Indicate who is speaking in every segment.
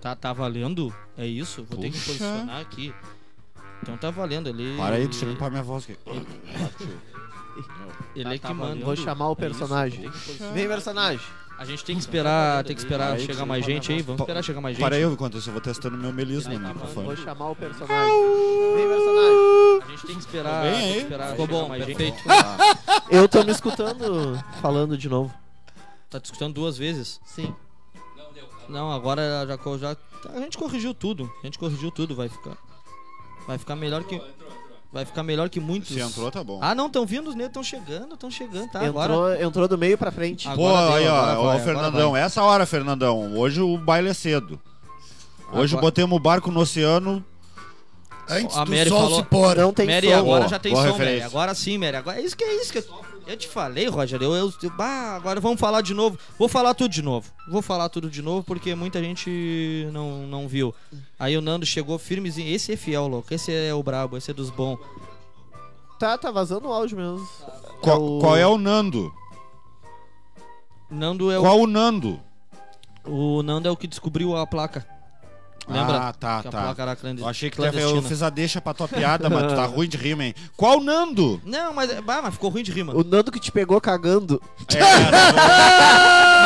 Speaker 1: Tá, tá valendo? É isso? Vou ter que
Speaker 2: Puxa.
Speaker 1: posicionar aqui. Então tá valendo, ele.
Speaker 2: Para aí, tô tirando pra minha voz aqui.
Speaker 1: Ele é que
Speaker 3: tá
Speaker 1: manda.
Speaker 3: valendo. Vou chamar o
Speaker 1: É isso,
Speaker 3: personagem.
Speaker 1: tem que posicionar.
Speaker 3: Vem, personagem.
Speaker 1: A gente tem que esperar, tem que esperar
Speaker 2: Aí,
Speaker 1: chegar
Speaker 2: tira
Speaker 1: mais
Speaker 2: pra
Speaker 1: gente aí. Vamos
Speaker 2: Pa-
Speaker 1: esperar chegar mais gente.
Speaker 2: Para aí, enquanto isso, eu vou testando meu melismo no
Speaker 3: Vou
Speaker 2: microfone.
Speaker 3: chamar o personagem. Vem, personagem.
Speaker 1: A gente tem que esperar,
Speaker 2: Vem
Speaker 1: tem que
Speaker 2: aí.
Speaker 1: esperar
Speaker 2: Ficou
Speaker 1: chegar
Speaker 2: bom,
Speaker 1: mais gente.
Speaker 2: perfeito.
Speaker 3: Eu tô me escutando falando de novo.
Speaker 1: Tá discutindo duas vezes.
Speaker 3: Sim.
Speaker 1: Não, agora já, co- já tá- a gente corrigiu tudo. A gente corrigiu tudo, vai ficar vai ficar melhor que vai ficar melhor que muitos.
Speaker 2: Se entrou, tá bom.
Speaker 1: Ah, não, estão vindo os negros, estão chegando, estão chegando, tá agora.
Speaker 3: Entrou, entrou do meio pra frente.
Speaker 1: Ah,
Speaker 2: Pô,
Speaker 1: agora
Speaker 2: aí,
Speaker 1: deu,
Speaker 2: ó,
Speaker 1: agora
Speaker 2: ó,
Speaker 1: vai, agora
Speaker 2: Fernandão, essa hora, Fernandão. Hoje o baile é cedo. Hoje
Speaker 1: Agora-
Speaker 2: botemos o barco no oceano.
Speaker 4: Antes
Speaker 1: A
Speaker 4: do
Speaker 1: Mary
Speaker 4: sol
Speaker 1: falou-
Speaker 4: se pôr.
Speaker 3: Não tem
Speaker 1: Mary,
Speaker 3: som.
Speaker 1: agora
Speaker 2: Boa,
Speaker 1: já tem som,
Speaker 2: boa
Speaker 1: Mary.
Speaker 2: referência.
Speaker 1: Agora sim, Mary. Agora é isso que é isso que eu, eu te falei, Roger. Eu, eu, eu- bah, agora vamos falar de novo. Vou falar tudo de novo. Vou falar tudo de novo porque muita gente não, não viu. Aí o Nando chegou firmezinho. Esse é fiel, louco. Esse é o brabo, esse é dos bons.
Speaker 3: Tá, tá vazando o áudio mesmo.
Speaker 2: Qual, qual é o Nando?
Speaker 1: Nando é o,
Speaker 2: Qual o Nando?
Speaker 1: o Nando é o que descobriu a placa. Lembra?
Speaker 2: Ah, tá,
Speaker 1: que a
Speaker 2: tá.
Speaker 1: placa era clande-
Speaker 2: Eu achei que tu ia ver, eu
Speaker 1: clandestina.
Speaker 2: fiz a deixa pra tua piada, mas tu tá ruim de rima, hein? Qual o Nando?
Speaker 1: Não, mas, bah, mas ficou ruim de rima.
Speaker 3: O Nando que te pegou cagando.
Speaker 2: É, tá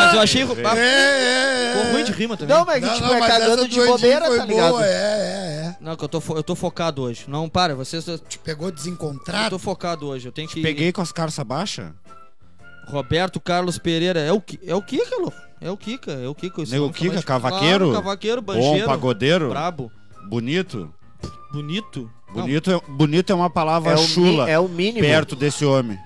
Speaker 1: Mas eu achei.
Speaker 2: velho.
Speaker 1: bah,
Speaker 4: É, é, é.
Speaker 1: ficou ruim de rima também.
Speaker 3: Não, mas que tipo, é cagando
Speaker 4: essa
Speaker 3: de
Speaker 4: do Edinho
Speaker 3: bobeira,
Speaker 4: foi
Speaker 3: tá ligado?
Speaker 4: Boa, é, é, é.
Speaker 1: Não, que eu tô, fo- eu tô focado hoje. Não, para, vocês. Eu
Speaker 4: Te pegou
Speaker 1: tô
Speaker 4: desencontrado.
Speaker 1: focado hoje. Eu tenho que.
Speaker 2: bom. Peguei com as calças baixas?
Speaker 1: Roberto Carlos Pereira. É o, Ki- é o Kika, louco. É o Kika, é o Kika. esse
Speaker 2: Nego
Speaker 1: nome também
Speaker 2: Kika,
Speaker 1: de-
Speaker 2: cavaqueiro?
Speaker 1: Claro, cavaqueiro,
Speaker 2: Bom,
Speaker 1: banjeiro.
Speaker 2: pagodeiro?
Speaker 1: brabo.
Speaker 2: Bonito?
Speaker 1: Bonito.
Speaker 2: Bonito é, bonito é uma palavra
Speaker 3: É o, mi-
Speaker 2: chula
Speaker 3: é o mínimo.
Speaker 2: perto desse homem.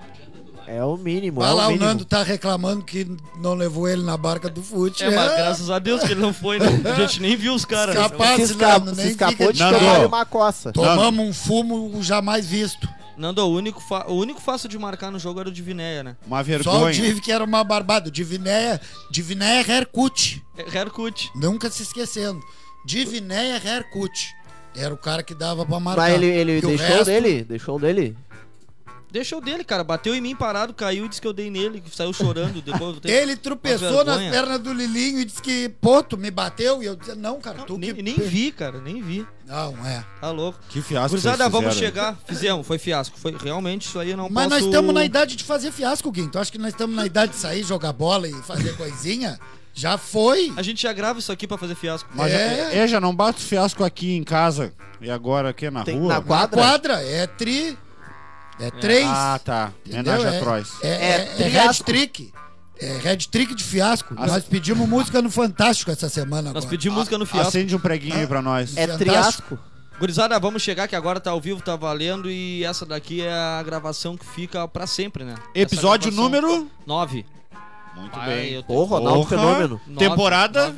Speaker 3: É o mínimo.
Speaker 4: Vai
Speaker 3: é
Speaker 4: lá,
Speaker 3: o
Speaker 4: o
Speaker 3: mínimo.
Speaker 4: Nando tá reclamando que não levou ele na barca do fute.
Speaker 1: É, mas graças a Deus que ele não foi, né? A gente nem viu os caras. né?
Speaker 3: se,
Speaker 4: Capaz,
Speaker 3: esca-
Speaker 4: cara,
Speaker 3: se
Speaker 4: nem
Speaker 3: escapou
Speaker 4: fica...
Speaker 3: de
Speaker 2: Nando.
Speaker 3: tomar uma coça.
Speaker 4: Tomamos um fumo jamais visto.
Speaker 1: Nando, o único, fa- o único fácil de marcar no jogo era o de Vinéia, né?
Speaker 2: Uma
Speaker 4: Só o
Speaker 2: vergonha.
Speaker 4: Div que era uma barbada. Divinéia, Divinéia Hercut.
Speaker 1: É Hercut.
Speaker 4: Nunca se esquecendo. Divinéia Hercut. Era o cara que dava pra marcar.
Speaker 3: Mas ele, ele
Speaker 4: Porque o
Speaker 3: deixou
Speaker 4: resto-
Speaker 3: dele? Deixou dele?
Speaker 1: Deixou dele, cara. Bateu em mim parado, caiu e disse que eu dei nele, que saiu chorando. Depois eu tenho-
Speaker 4: Ele tropeçou
Speaker 1: Uma
Speaker 4: nas
Speaker 1: vergonha.
Speaker 4: pernas do Lilinho e disse que, pô, tu me bateu. E eu disse, não, cara, tu
Speaker 1: nem,
Speaker 4: que...
Speaker 1: nem vi, cara, nem vi.
Speaker 4: Não, é.
Speaker 1: Tá louco.
Speaker 2: Que fiasco.
Speaker 1: Cruzada,
Speaker 2: vocês
Speaker 1: vamos
Speaker 2: fizeram.
Speaker 1: chegar. Fizemos, foi fiasco. Foi realmente isso aí, eu não
Speaker 4: Mas
Speaker 1: posso...
Speaker 4: nós estamos na idade de fazer fiasco, Guinho. Tu acha que nós estamos na idade de sair, jogar bola e fazer coisinha? Já foi.
Speaker 1: A gente já grava isso aqui pra fazer fiasco.
Speaker 2: Mas
Speaker 4: É.
Speaker 2: é. já não bate fiasco aqui em casa e agora aqui na
Speaker 3: Tem-
Speaker 2: rua?
Speaker 3: na quadra?
Speaker 4: Quadra é tri. É três.
Speaker 2: Ah, tá.
Speaker 4: entendeu?
Speaker 2: Homenagem a
Speaker 4: É-
Speaker 2: Trois.
Speaker 4: É,
Speaker 3: É
Speaker 4: é, é,
Speaker 3: triasco.
Speaker 4: head trick. É head trick de fiasco.
Speaker 2: Ah,
Speaker 4: Nós pedimos música no Fantástico essa semana
Speaker 1: Nós
Speaker 4: agora.
Speaker 1: pedimos música no fiasco.
Speaker 2: Acende um preguinho aí pra nós.
Speaker 3: É
Speaker 4: Fantástico.
Speaker 3: triasco.
Speaker 1: Gurizada, vamos chegar que agora tá ao vivo, tá valendo e essa daqui é a gravação que fica pra sempre, né?
Speaker 2: Episódio número...
Speaker 1: 9.
Speaker 2: Muito bem.
Speaker 3: Ô, Ronaldo
Speaker 2: Porra.
Speaker 3: é um Fenômeno.
Speaker 2: Temporada?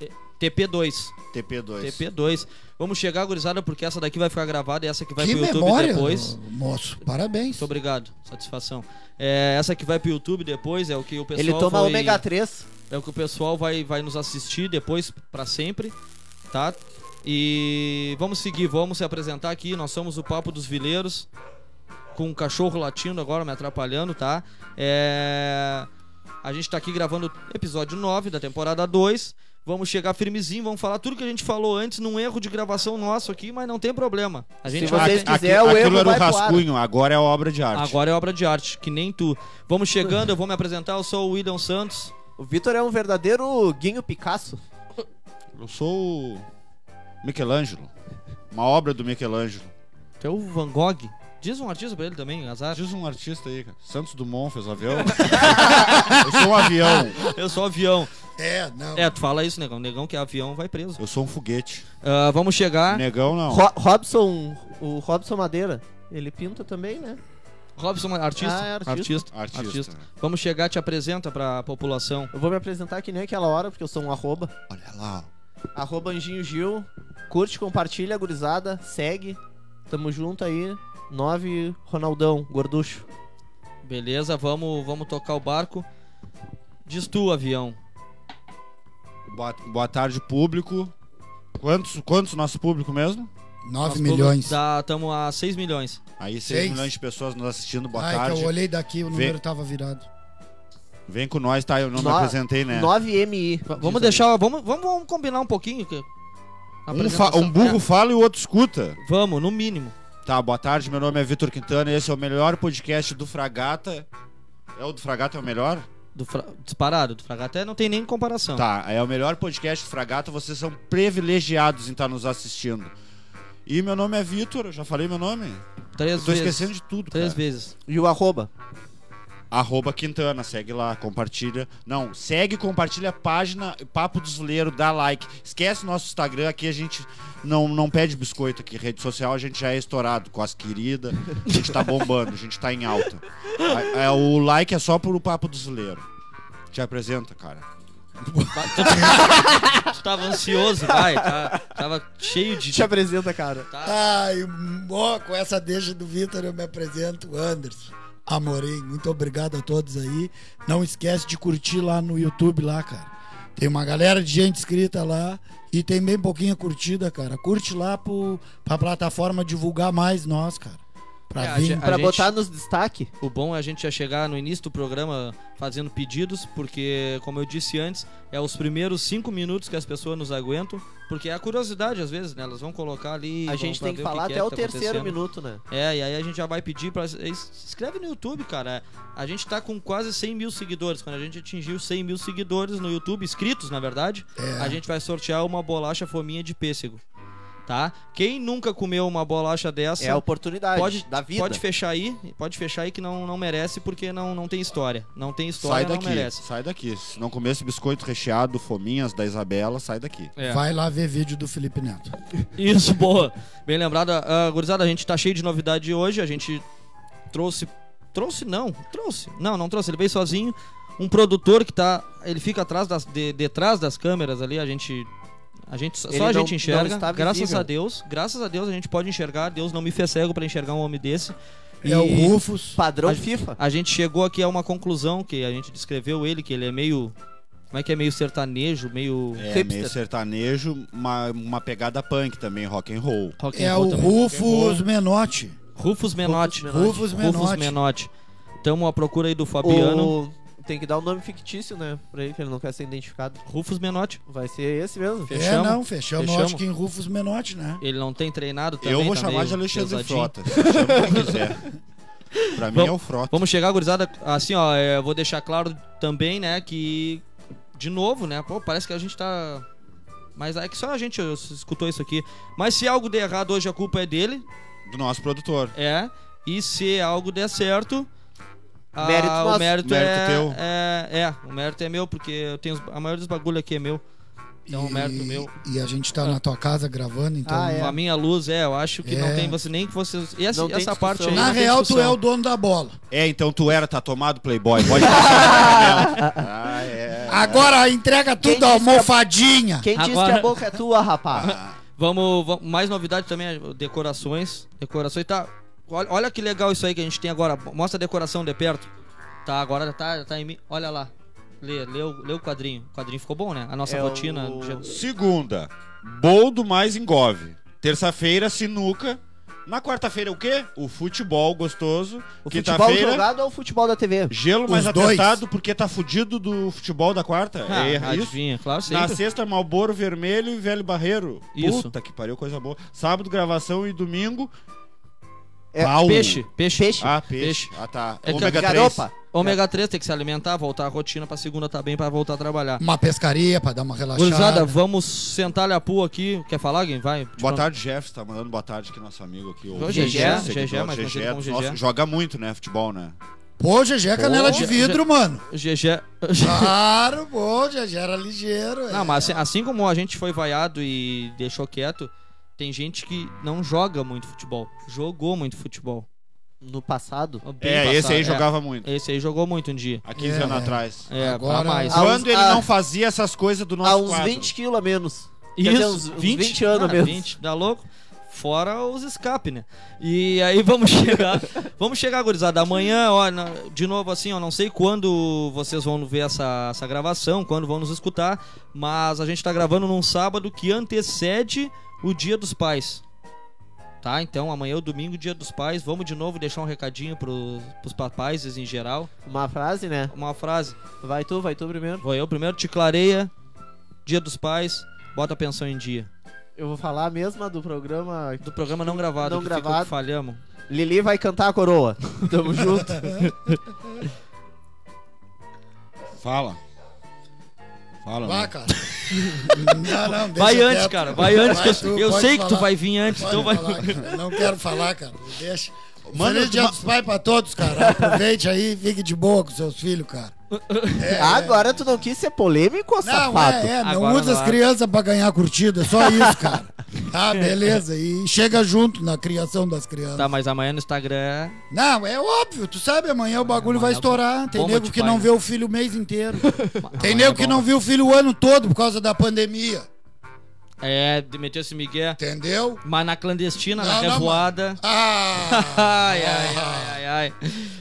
Speaker 1: é, TP2.
Speaker 2: TP2.
Speaker 1: TP2. Vamos chegar, gurizada, porque essa daqui vai ficar gravada e essa que vai
Speaker 4: Que
Speaker 1: pro YouTube
Speaker 4: memória,
Speaker 1: depois.
Speaker 4: moço. Parabéns.
Speaker 1: Muito obrigado, satisfação. É, essa que vai pro YouTube depois é o que o pessoal
Speaker 3: Ele toma
Speaker 1: vai-
Speaker 3: ômega 3.
Speaker 1: É o que o pessoal vai, vai nos assistir depois pra sempre, tá? E vamos seguir, vamos se apresentar aqui. Nós somos o Papo dos Vileiros, com um cachorro latindo agora, me atrapalhando, tá? É... A gente tá aqui gravando o episódio 9 da temporada 2. Vamos chegar firmezinho, vamos falar tudo que a gente falou antes num erro de gravação nosso aqui, mas não tem problema. A gente
Speaker 3: Se
Speaker 1: vai-
Speaker 3: vocês
Speaker 2: Aqui-
Speaker 3: quiserem, o
Speaker 2: aquilo
Speaker 3: erro
Speaker 2: era o
Speaker 3: vai pro ar.
Speaker 2: rascunho, agora é obra de arte.
Speaker 1: Agora é obra de arte, que nem tu. Vamos chegando, eu vou me apresentar, eu sou o William Santos.
Speaker 3: O Vitor é um verdadeiro Guinho Picasso.
Speaker 2: Eu sou o Michelangelo. Uma obra do Michelangelo.
Speaker 1: Tu é o Van Gogh. Diz um artista pra ele também, azar.
Speaker 2: Diz um artista aí, cara. Santos Dumont fez um avião. eu sou um avião.
Speaker 1: Eu sou avião.
Speaker 4: É, não.
Speaker 1: É, tu fala isso, negão. Negão que é avião vai preso.
Speaker 2: Eu sou um foguete.
Speaker 1: Ah, vamos chegar.
Speaker 2: Negão não.
Speaker 3: Ro- Robson, o Robson Madeira. Ele pinta também, né?
Speaker 1: Robson, artista,
Speaker 3: Ah, é artista.
Speaker 1: artista. Artista.
Speaker 2: Artista. né?
Speaker 1: Vamos chegar, te apresenta pra população.
Speaker 3: Eu vou me apresentar que nem aquela hora, porque eu sou um arroba.
Speaker 4: Olha lá. ó.
Speaker 3: Arroba Anjinho Gil. Curte, compartilha, gurizada. Segue. Tamo junto aí. 9 Ronaldão, gorducho.
Speaker 1: Beleza, vamos, vamos tocar o barco. Diz tu, avião.
Speaker 2: Boa, boa tarde, público. Quantos, quantos nosso público mesmo?
Speaker 4: 9
Speaker 1: Nós
Speaker 4: milhões.
Speaker 1: Estamos a 6 milhões.
Speaker 2: Aí 6
Speaker 4: Seis.
Speaker 2: milhões de pessoas nos assistindo, boa
Speaker 4: Ai,
Speaker 2: tarde.
Speaker 4: que eu olhei daqui,
Speaker 2: Vê-
Speaker 4: o número tava virado.
Speaker 2: Vem com nós, tá? Eu não me
Speaker 3: No-
Speaker 2: apresentei, né?
Speaker 3: 9 MI.
Speaker 1: Va- Vamos deixar. Vamos, vamos, vamos combinar um pouquinho. que-
Speaker 2: Um, fa- um burro fala e o outro escuta.
Speaker 1: É, vamos, no mínimo.
Speaker 2: Tá, boa tarde. Meu nome é Vitor Quintana e esse é o melhor podcast do Fragata. É o do Fragata é o melhor?
Speaker 1: Do fra- Disparado, do Fragata é, não tem nem comparação.
Speaker 2: Tá, é o melhor podcast do Fragata. Vocês são privilegiados em estar nos assistindo. E meu nome é Vitor, eu já falei meu nome?
Speaker 1: Três
Speaker 2: Eu tô
Speaker 1: vezes.
Speaker 2: esquecendo de tudo,
Speaker 1: Três
Speaker 2: cara.
Speaker 1: vezes.
Speaker 3: E o arroba?
Speaker 2: Arroba Quintana, segue lá, compartilha. Não, segue, compartilha a página Papo dos Vileiros, dá like. Esquece o nosso Instagram, aqui a gente não, não pede biscoito aqui. Rede social a gente já é estourado, com as queridas. A gente tá bombando, a gente tá em alta. A- é, o like é só pro Papo dos Vileiros. Te apresenta, cara.
Speaker 1: Tu tava ansioso, vai. tá- tava cheio de.
Speaker 3: Te apresenta, cara.
Speaker 1: Tá.
Speaker 4: Ai, ó, com essa deixa do Vitor eu me apresento, Anderson. Amorim, muito obrigado a todos aí. Não esquece de curtir lá no YouTube lá, cara. Tem uma galera de gente inscrita lá e tem bem pouquinha curtida, cara. Curte lá pro, pra plataforma divulgar mais nós, cara. Pra
Speaker 1: É, a
Speaker 4: vir.
Speaker 1: gente-
Speaker 3: Pra
Speaker 1: gente-
Speaker 3: botar nos destaque.
Speaker 1: O bom é a gente já chegar no início do programa fazendo pedidos, porque, como eu disse antes, é os primeiros cinco minutos que as pessoas nos aguentam, porque é a curiosidade, às vezes, né? Elas vão colocar ali.
Speaker 3: A
Speaker 1: vão
Speaker 3: gente
Speaker 1: pra
Speaker 3: tem que
Speaker 1: ver
Speaker 3: falar
Speaker 1: que
Speaker 3: até
Speaker 1: é
Speaker 3: o
Speaker 1: que tá
Speaker 3: terceiro
Speaker 1: acontecendo.
Speaker 3: minuto, né?
Speaker 1: É, e aí a gente já vai pedir pra. Se inscreve no YouTube, cara. A gente tá com quase 100 mil seguidores. Quando a gente atingir os 100 mil seguidores no YouTube, inscritos, na verdade,
Speaker 3: É.
Speaker 1: a gente vai sortear uma bolacha fominha de pêssego. Tá? Quem nunca comeu uma bolacha dessa
Speaker 3: É a oportunidade
Speaker 1: pode,
Speaker 3: da vida.
Speaker 1: pode fechar aí, pode fechar aí que não, não merece, porque não, não tem história. Não tem
Speaker 2: Sai
Speaker 1: história, não
Speaker 2: daqui,
Speaker 1: merece.
Speaker 2: sai daqui. Se não comer esse biscoito recheado, fominhas da Isabela, sai daqui.
Speaker 1: É.
Speaker 4: Vai lá ver vídeo do Felipe Neto.
Speaker 1: Isso, boa. Bem lembrado. Ah, gurizada, a gente tá cheio de novidade hoje. A gente trouxe. Trouxe não, trouxe. Não, não trouxe. Ele veio sozinho. Um produtor que tá. Ele fica atrás das, de, detrás das câmeras ali. A gente. A gente, só
Speaker 3: Ele
Speaker 1: a
Speaker 3: não-
Speaker 1: gente
Speaker 3: não
Speaker 1: enxerga.
Speaker 3: está
Speaker 1: graças
Speaker 3: visível.
Speaker 1: a Deus. Graças a Deus a gente pode enxergar. Deus não me fez cego pra enxergar um homem desse.
Speaker 4: É o Rufus.
Speaker 3: Padrão
Speaker 1: A-
Speaker 3: FIFA.
Speaker 1: A gente chegou aqui a uma conclusão que a gente descreveu ele, que ele é meio. Como é que é? Meio sertanejo, meio.
Speaker 2: É,
Speaker 3: Hipster.
Speaker 2: meio sertanejo, uma, uma pegada punk também, rock and roll.
Speaker 1: rock and
Speaker 4: É
Speaker 1: roll
Speaker 4: o
Speaker 1: também.
Speaker 4: Rufus Menotti.
Speaker 1: Rufus Menotti.
Speaker 3: Menotti.
Speaker 4: Rufus
Speaker 1: Rufus
Speaker 4: Menotti.
Speaker 1: Menotti. Tamo à procura aí do Fabiano.
Speaker 3: O- Tem que dar um nome fictício, né? Pra ele, que ele não quer ser identificado.
Speaker 1: Rufus Menotti.
Speaker 3: Vai ser esse mesmo.
Speaker 4: É,
Speaker 1: Fechamos?
Speaker 4: não, fechamos.
Speaker 1: Fechamos?
Speaker 4: Acho que em Rufus Menotti, né?
Speaker 1: Ele não tem treinado também.
Speaker 2: Eu vou
Speaker 1: tá
Speaker 2: chamar
Speaker 1: meio
Speaker 2: de Alexandre
Speaker 1: pesadinho.
Speaker 2: Frota, se chama quem quiser. Pra mim
Speaker 1: Vamos-
Speaker 2: é o Frota.
Speaker 1: Vamos chegar, gurizada. Assim, ó, é, eu vou deixar claro também, né, que. De novo, né? Pô, parece que a gente tá. Mas é que só a gente ó, escutou isso aqui. Mas se algo der errado hoje, a culpa é dele.
Speaker 2: Do nosso produtor.
Speaker 1: É. E se algo der certo. a-
Speaker 3: Mérito
Speaker 1: o
Speaker 3: nosso.
Speaker 1: mérito,
Speaker 2: Mérito
Speaker 1: é,
Speaker 2: teu.
Speaker 1: É, é, o mérito é meu, porque eu tenho os- a maioria dos bagulho aqui é meu. Então,
Speaker 4: e,
Speaker 1: mérito meu.
Speaker 4: E a gente tá na tua casa gravando, então.
Speaker 3: Ah, é.
Speaker 1: Com a minha luz, é, eu acho que não
Speaker 4: É.
Speaker 1: tem você nem que você. E essa,
Speaker 3: Não tem
Speaker 1: essa
Speaker 3: discussão.
Speaker 1: parte aí.
Speaker 4: Na
Speaker 1: não tem
Speaker 4: real, tu
Speaker 1: discussão.
Speaker 4: é o dono da bola.
Speaker 2: É, então tu era, tá tomado, Playboy. Pode passar. na janela. ah, é.
Speaker 4: Agora entrega
Speaker 3: Quem é
Speaker 4: tudo,
Speaker 3: disse
Speaker 4: almofadinha.
Speaker 3: Quem disse que
Speaker 1: Agora-
Speaker 3: a boca é tua, rapaz?
Speaker 1: Vamos, vamos- mais novidade também, é decorações. Decorações tá. Olha, olha que legal isso aí que a gente tem agora. Mostra a decoração de perto. Tá, agora tá, tá em mim. Olha lá. Lê, lê, o, lê o quadrinho. O quadrinho ficou bom, né? A nossa
Speaker 3: É
Speaker 1: rotina.
Speaker 3: o-
Speaker 1: dia-
Speaker 2: Segunda, boldo mais engove. Terça-feira, sinuca. Na quarta-feira, o quê? O futebol gostoso.
Speaker 3: O futebol
Speaker 2: Quinta-feira,
Speaker 3: jogado é o futebol da TV.
Speaker 2: gelo mais
Speaker 4: Os dois.
Speaker 2: atestado porque tá fudido do futebol da quarta.
Speaker 1: Ah,
Speaker 2: é isso?
Speaker 1: adivinha, claro,
Speaker 2: Na
Speaker 1: sempre.
Speaker 2: sexta, Malboro Vermelho e Velho Barreiro.
Speaker 1: Isso.
Speaker 2: Puta que pariu, coisa boa. Sábado, gravação e domingo.
Speaker 3: É,
Speaker 2: pau.
Speaker 1: Peixe, peixe.
Speaker 3: Peixe.
Speaker 2: Ah, peixe.
Speaker 1: Peixe.
Speaker 2: Ah, tá.
Speaker 1: É
Speaker 2: Ômega 3.
Speaker 3: Garopa.
Speaker 1: Ômega 3 tem que se alimentar, voltar à rotina pra segunda tá bem pra voltar a trabalhar.
Speaker 4: Uma pescaria pra dar uma relaxada.
Speaker 1: Gurizada, vamos sentar a pua aqui. Quer falar, alguém? Vai.
Speaker 2: Boa tarde, Jefferson. Tá mandando boa tarde aqui, nosso amigo aqui.
Speaker 1: Ô,
Speaker 2: O
Speaker 1: GG,
Speaker 2: seguidor,
Speaker 1: GG, mas conhecido como
Speaker 2: dos
Speaker 1: GG.
Speaker 2: nossos- joga muito, né? Futebol, né?
Speaker 4: Pô, GG é canela
Speaker 1: Pô,
Speaker 4: de vidro, mano.
Speaker 1: GG.
Speaker 4: Claro, pô, GG era ligeiro. é.
Speaker 1: Não, mas assim, assim como a gente foi vaiado e deixou quieto, tem gente que não joga muito futebol. Jogou muito futebol.
Speaker 3: No passado.
Speaker 1: Bem
Speaker 2: é,
Speaker 1: passado,
Speaker 2: esse aí
Speaker 1: é.
Speaker 2: jogava muito.
Speaker 1: Esse aí jogou muito um dia.
Speaker 2: Há 15
Speaker 4: É,
Speaker 2: anos
Speaker 4: é.
Speaker 2: atrás.
Speaker 1: É,
Speaker 4: Agora-
Speaker 1: pra mais.
Speaker 3: Ah,
Speaker 2: Quando
Speaker 3: uns-
Speaker 2: ele
Speaker 3: ah,
Speaker 2: não fazia essas coisas do nosso
Speaker 3: Há uns
Speaker 2: quadro.
Speaker 3: 20 quilos a menos. Quer dizer,
Speaker 1: Isso,
Speaker 3: uns, uns 20, anos
Speaker 1: ah,
Speaker 3: mesmo.
Speaker 1: 20, tá louco? Fora os escape, né? E aí vamos chegar, vamos chegar, gurizada. Amanhã, ó, na- de novo assim, ó, não sei quando vocês vão ver essa, essa gravação, quando vão nos escutar, mas a gente tá gravando num sábado que antecede o Dia dos Pais. Tá? Então amanhã é o domingo, Dia dos Pais. Vamos de novo deixar um recadinho pros, pros papais em geral.
Speaker 3: Uma frase, né?
Speaker 1: Uma frase.
Speaker 3: Vai tu, vai tu primeiro.
Speaker 1: Vou eu primeiro, te clareia, Dia dos Pais, bota a pensão em dia.
Speaker 3: Eu vou falar a mesma do programa.
Speaker 1: Do programa não gravado,
Speaker 3: Não
Speaker 1: que ficou que
Speaker 3: gravado.
Speaker 1: falhamos.
Speaker 3: Lili vai cantar a coroa. Tamo junto.
Speaker 2: Fala. Fala.
Speaker 4: Vá,
Speaker 2: meu.
Speaker 4: cara. Não, não, deixa
Speaker 1: Vai antes,
Speaker 4: quieto.
Speaker 1: cara, vai antes. que eu-
Speaker 4: tu,
Speaker 1: eu
Speaker 4: pode
Speaker 1: sei que tu
Speaker 4: falar.
Speaker 1: vai vir antes,
Speaker 4: Pode
Speaker 1: então vai.
Speaker 4: falar, cara. Não quero falar, cara. Deixa.
Speaker 2: Manda
Speaker 4: Feliz
Speaker 2: tu
Speaker 4: dia
Speaker 2: ma-
Speaker 4: dos pais pra todos, cara. Aproveite aí e fique de boa com seus filhos, cara.
Speaker 3: Agora tu não quis ser polêmico, ô
Speaker 4: Não,
Speaker 3: safado?
Speaker 4: é, é, não
Speaker 1: Agora
Speaker 4: usa
Speaker 1: não
Speaker 4: as
Speaker 1: é.
Speaker 4: crianças pra ganhar curtida, é só isso, cara. Ah, beleza. E chega junto na criação das crianças.
Speaker 1: Tá, mas amanhã no Instagram.
Speaker 4: Não, é óbvio, tu sabe, amanhã o bagulho vai
Speaker 1: amanhã
Speaker 4: estourar. Tem
Speaker 1: bomba
Speaker 4: nego
Speaker 1: de
Speaker 4: que
Speaker 1: pai,
Speaker 4: não
Speaker 1: né?
Speaker 4: vê o filho o mês inteiro. Tem
Speaker 1: amanhã
Speaker 4: nego que
Speaker 1: bomba.
Speaker 4: não viu o filho o ano todo por causa da pandemia.
Speaker 1: É, de meter esse Miguel.
Speaker 4: Entendeu?
Speaker 1: Mas na clandestina,
Speaker 4: Não,
Speaker 1: na
Speaker 4: não,
Speaker 1: revoada.
Speaker 4: Ah!
Speaker 1: Ai, ai, ai, ai, ai.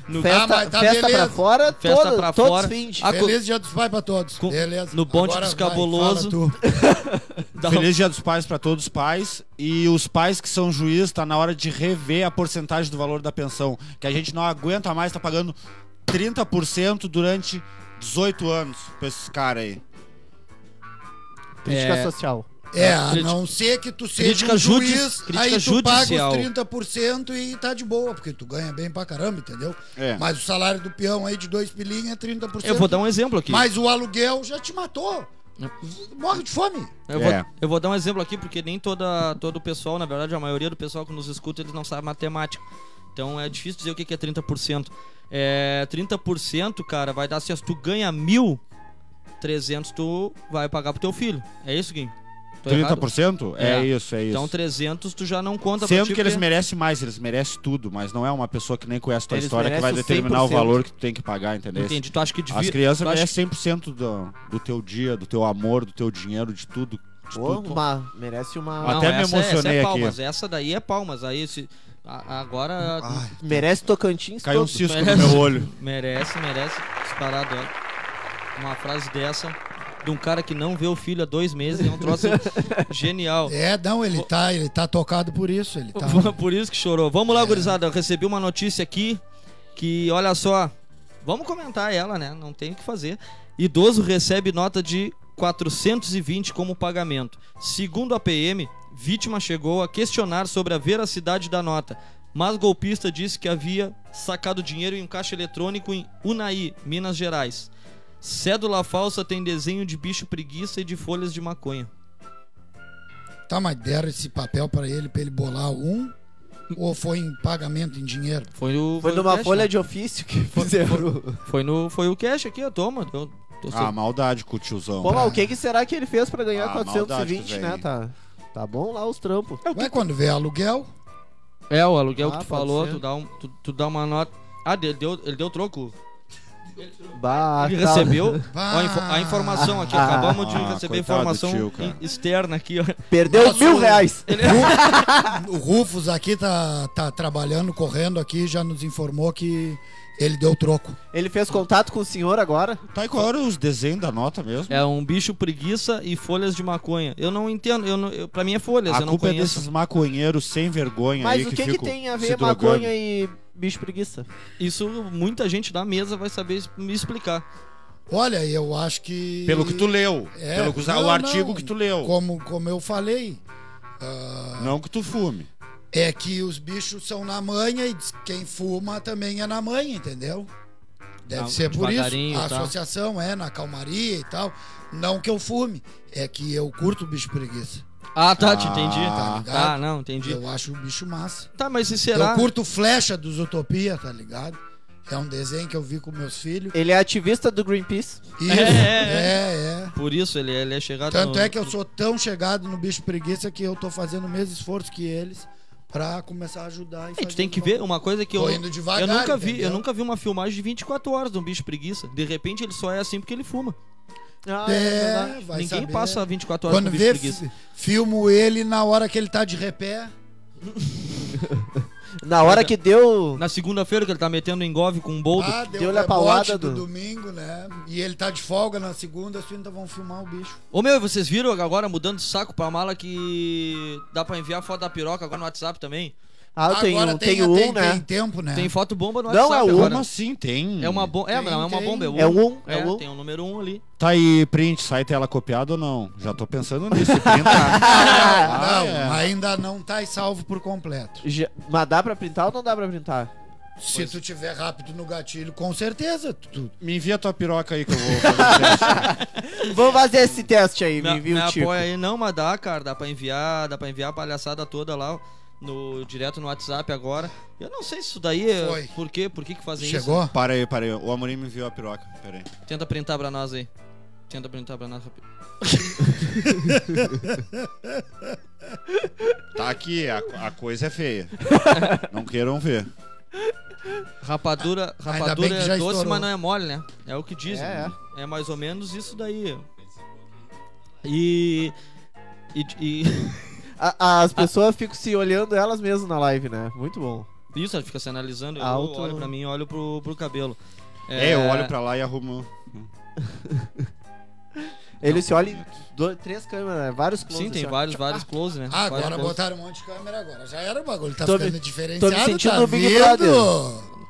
Speaker 1: No,
Speaker 4: Tá,
Speaker 3: Festa,
Speaker 4: mas tá
Speaker 3: festa pra
Speaker 4: beleza.
Speaker 3: fora,
Speaker 1: Festa
Speaker 3: todo,
Speaker 1: pra
Speaker 3: todos
Speaker 1: fora.
Speaker 3: fins.
Speaker 1: Ah,
Speaker 4: Feliz dia dos pais pra todos.
Speaker 1: Com-
Speaker 4: Beleza.
Speaker 1: no bonde
Speaker 4: Agora
Speaker 1: dos
Speaker 4: vai,
Speaker 1: cabuloso.
Speaker 4: fala tu.
Speaker 1: dá um-
Speaker 2: Feliz Dia dos Pais pra todos os pais. E os pais que são juízes, tá na hora de rever a porcentagem do valor da pensão. Que a gente não aguenta mais, tá pagando 30% durante 18 anos pra esses caras aí.
Speaker 3: Crítica
Speaker 1: É.
Speaker 3: social.
Speaker 4: É, a
Speaker 1: Crítica-
Speaker 4: não ser que tu seja
Speaker 1: crítica
Speaker 4: um
Speaker 1: judi-
Speaker 4: juiz,
Speaker 1: crítica
Speaker 4: aí tu
Speaker 1: judicial.
Speaker 4: paga os 30% e tá de boa, porque tu ganha bem pra caramba, entendeu?
Speaker 2: É.
Speaker 4: Mas o salário do peão aí de dois pilinhos é 30%.
Speaker 1: Eu vou dar um exemplo aqui.
Speaker 4: Mas o aluguel já te matou. Morre de fome.
Speaker 1: Eu, vou,
Speaker 2: É.
Speaker 1: eu vou dar um exemplo aqui, porque nem toda, todo o pessoal, na verdade, a maioria do pessoal que nos escuta, eles não sabe matemática. Então é difícil dizer o que que é 30%. É, 30%, cara, vai dar assim, ó, se tu ganha mil, 300 tu vai pagar pro teu filho. É isso, Gui? Tô errado?
Speaker 2: 30%? É,
Speaker 1: É.
Speaker 2: isso, é isso.
Speaker 1: Então 300 tu já não conta pra
Speaker 2: Sendo
Speaker 1: ti,
Speaker 2: que eles
Speaker 1: porque-
Speaker 2: merecem mais, eles merecem tudo, mas não é uma pessoa que nem conhece a tua
Speaker 3: Eles
Speaker 2: história que vai
Speaker 3: merecem o
Speaker 2: determinar o
Speaker 3: 100%.
Speaker 2: valor que tu tem que pagar, entendeu?
Speaker 1: Entendi, tu acha que devia...
Speaker 2: As crianças
Speaker 1: tu acha-
Speaker 2: merecem 100% do, do teu dia, do teu amor, do teu dinheiro, de tudo. De
Speaker 3: Pô,
Speaker 2: tudo.
Speaker 3: uma- merece uma.
Speaker 2: Até me
Speaker 1: essa é-
Speaker 2: emocionei
Speaker 1: essa é
Speaker 2: aqui.
Speaker 1: palmas, Essa daí é palmas. Aí se, a- agora
Speaker 2: Ai,
Speaker 3: Merece Tocantins
Speaker 2: caiu um
Speaker 3: todo.
Speaker 2: cisco no
Speaker 1: merece.
Speaker 2: meu olho.
Speaker 1: merece, merece disparado. ó. Uma frase dessa de um cara que não vê o filho há dois meses é um troço genial.
Speaker 4: É, não, ele tá, ele tá tocado por isso, ele tá.
Speaker 1: Por isso que chorou. Vamos lá,
Speaker 3: É.
Speaker 1: gurizada. Eu recebi uma notícia aqui que, olha só, vamos comentar ela, né? Não tem o que fazer. Idoso recebe nota de 420 como pagamento. Segundo a PM, vítima chegou a questionar sobre a veracidade da nota, mas golpista disse que havia sacado dinheiro em um caixa eletrônico em Unai, Minas Gerais. Cédula falsa tem desenho de bicho preguiça e de folhas de maconha.
Speaker 4: Tá, mas deram esse papel pra ele, pra ele bolar um? Ou foi em pagamento em dinheiro?
Speaker 1: Foi, o,
Speaker 3: Foi
Speaker 1: o
Speaker 3: numa
Speaker 1: cash,
Speaker 3: folha
Speaker 1: né?
Speaker 3: de ofício que fizeram.
Speaker 1: Foi, no, foi o cash aqui, ó. Toma. Eu tô
Speaker 2: Ah, maldade com o tiozão.
Speaker 3: Pô, mas o que, que será que ele fez pra ganhar
Speaker 2: Ah, maldade,
Speaker 3: 420, né? Tá, tá bom lá os trampos.
Speaker 4: Ué, é quando vê aluguel,
Speaker 1: É, o aluguel
Speaker 3: Ah,
Speaker 1: que tu
Speaker 3: pode
Speaker 1: falou,
Speaker 3: ser.
Speaker 1: tu dá, um, tu, tu dá uma nota. Ah, ele deu, ele deu troco.
Speaker 3: Bah,
Speaker 1: ele
Speaker 3: tá-
Speaker 1: recebeu.
Speaker 4: Bah.
Speaker 1: Ó, a, info- a informação aqui,
Speaker 3: Ah.
Speaker 1: acabamos de
Speaker 2: Ah,
Speaker 1: receber
Speaker 2: coitado do
Speaker 1: informação
Speaker 2: tio, cara.
Speaker 1: in- externa aqui, ó.
Speaker 3: Perdeu
Speaker 4: Nossa,
Speaker 3: mil
Speaker 4: o-
Speaker 3: reais.
Speaker 4: o Rufus aqui tá, tá trabalhando, correndo aqui, já nos informou que ele deu troco.
Speaker 3: Ele fez contato com o senhor agora?
Speaker 2: Tá, e qual era os desenhos da nota mesmo?
Speaker 1: É um bicho preguiça e folhas de maconha. Eu não entendo, eu não, eu, pra mim é folhas,
Speaker 2: a
Speaker 1: eu não
Speaker 2: culpa é
Speaker 1: conheço.
Speaker 2: desses maconheiros sem vergonha aí
Speaker 3: Mas o
Speaker 2: que
Speaker 3: que, que
Speaker 2: ficam
Speaker 3: tem a
Speaker 2: se
Speaker 3: ver
Speaker 2: drogando.
Speaker 3: maconha e bicho preguiça?
Speaker 1: Isso muita gente da mesa vai saber es- me explicar.
Speaker 4: Olha, eu acho que.
Speaker 2: Pelo que tu leu.
Speaker 4: É,
Speaker 2: pelo que usa-
Speaker 4: não,
Speaker 2: o artigo
Speaker 4: não.
Speaker 2: que tu leu.
Speaker 4: Como, como eu falei, ah,
Speaker 2: Não que tu fume.
Speaker 4: é que os bichos são na manha e diz que quem fuma também é na manha, entendeu? Deve
Speaker 1: Ah,
Speaker 4: ser por isso.
Speaker 1: devagarinho tá.
Speaker 4: A
Speaker 1: e tal.
Speaker 4: associação é na calmaria e tal. Não que eu fume, é que eu curto o bicho preguiça.
Speaker 1: Ah, tá, te
Speaker 2: Ah,
Speaker 1: entendi.
Speaker 4: tá ligado?
Speaker 1: tá, não, entendi.
Speaker 4: Eu acho o bicho massa.
Speaker 1: Tá, mas se será?
Speaker 4: Eu curto flecha dos Utopia, tá ligado? É um desenho que eu vi com meus filhos.
Speaker 3: Ele é ativista do Greenpeace.
Speaker 4: Isso,
Speaker 1: É, é,
Speaker 4: é, é.
Speaker 1: Por isso ele, ele é chegado
Speaker 4: Tanto
Speaker 1: no-
Speaker 4: é que eu sou tão chegado no bicho preguiça que eu tô fazendo o mesmo esforço que eles pra começar a ajudar. E
Speaker 1: A gente tem
Speaker 4: fazer
Speaker 1: que
Speaker 4: um
Speaker 1: ver uma coisa que eu,
Speaker 4: Tô indo devagar,
Speaker 1: eu nunca vi,
Speaker 4: entendeu?
Speaker 1: eu nunca vi uma filmagem de 24 horas de um bicho preguiça. De repente ele só é assim porque ele fuma.
Speaker 3: Ah,
Speaker 4: É, vai
Speaker 1: Ninguém
Speaker 4: saber.
Speaker 1: passa 24 horas
Speaker 4: Quando
Speaker 1: com um bicho
Speaker 4: vê,
Speaker 1: preguiça.
Speaker 4: fi- filmo ele na hora que ele tá de repé.
Speaker 3: Na hora que deu.
Speaker 1: Na segunda-feira que ele tá metendo engove com um boldo.
Speaker 4: Ah, deu
Speaker 3: Deu-lhe a
Speaker 4: rebote
Speaker 3: paulada
Speaker 4: do
Speaker 3: do-
Speaker 4: domingo, né? E ele tá de folga na segunda, assim ainda vão filmar o bicho.
Speaker 1: Ô meu, vocês viram agora mudando de saco pra mala que dá pra enviar foto da piroca agora no WhatsApp também?
Speaker 3: Ah, eu tenho,
Speaker 4: Agora tem,
Speaker 3: tenho
Speaker 4: tem,
Speaker 3: um, né?
Speaker 4: tem tempo, né?
Speaker 1: Tem foto bomba no
Speaker 3: Não,
Speaker 1: WhatsApp
Speaker 3: é o
Speaker 1: agora.
Speaker 2: Como assim? Tem.
Speaker 1: É uma bomba. É,
Speaker 4: Tem,
Speaker 1: não, é uma
Speaker 4: tem.
Speaker 1: bomba.
Speaker 3: É um, é
Speaker 1: É,
Speaker 3: um.
Speaker 1: tem o número um ali.
Speaker 2: Tá aí, print, sai tela copiada ou não? Já tô pensando nisso. Printa. Ah,
Speaker 4: não,
Speaker 2: é.
Speaker 4: ainda não tá salvo por completo.
Speaker 3: Já- Mas dá pra printar ou não dá pra printar?
Speaker 4: Se tu tiver rápido no gatilho, com certeza. Tu,
Speaker 2: Me envia tua piroca aí que eu vou fazer o teste.
Speaker 3: Vamos fazer esse teste aí, me
Speaker 1: Me,
Speaker 3: envia
Speaker 1: me
Speaker 3: o tipo.
Speaker 1: apoia aí, não, mas dá, cara. Dá pra enviar, dá pra enviar a palhaçada toda lá no, direto no WhatsApp agora. Eu não sei se isso daí é.
Speaker 4: Foi.
Speaker 1: Por quê? Por que, que fazem
Speaker 4: chegou?
Speaker 2: Para aí, para aí. O Amorim me enviou a piroca. Pera aí.
Speaker 1: isso? Tenta printar pra nós aí. Tenta printar pra nós rapidinho.
Speaker 2: Tá aqui, a, a coisa é feia. Não queiram ver.
Speaker 1: Rapadura,
Speaker 4: bem
Speaker 1: rapadura
Speaker 4: que
Speaker 1: é
Speaker 4: já
Speaker 1: doce,
Speaker 4: estourou.
Speaker 1: mas não é mole, né? É o que dizem.
Speaker 3: É,
Speaker 1: É mais ou menos isso daí. E. E, e-
Speaker 3: A- as pessoas ficam se olhando elas mesmas na live, né? Muito bom.
Speaker 1: isso, ela fica se analisando. Eu
Speaker 3: Alto-
Speaker 1: olho pra mim, olho pro, pro cabelo.
Speaker 2: É, eu olho pra lá e arrumo.
Speaker 3: Ele se olha em dois- três câmeras, né? Vários close.
Speaker 1: Sim, tem
Speaker 3: assim, ó.
Speaker 1: vários, vários close, né?
Speaker 4: Ah,
Speaker 1: Vários
Speaker 4: agora
Speaker 1: close.
Speaker 4: botaram um monte de câmera agora. Já era o bagulho, tá
Speaker 3: Tô me-
Speaker 4: ficando diferenciado,
Speaker 3: tô me sentindo
Speaker 4: tá
Speaker 3: no Big
Speaker 4: vindo.
Speaker 3: Brother.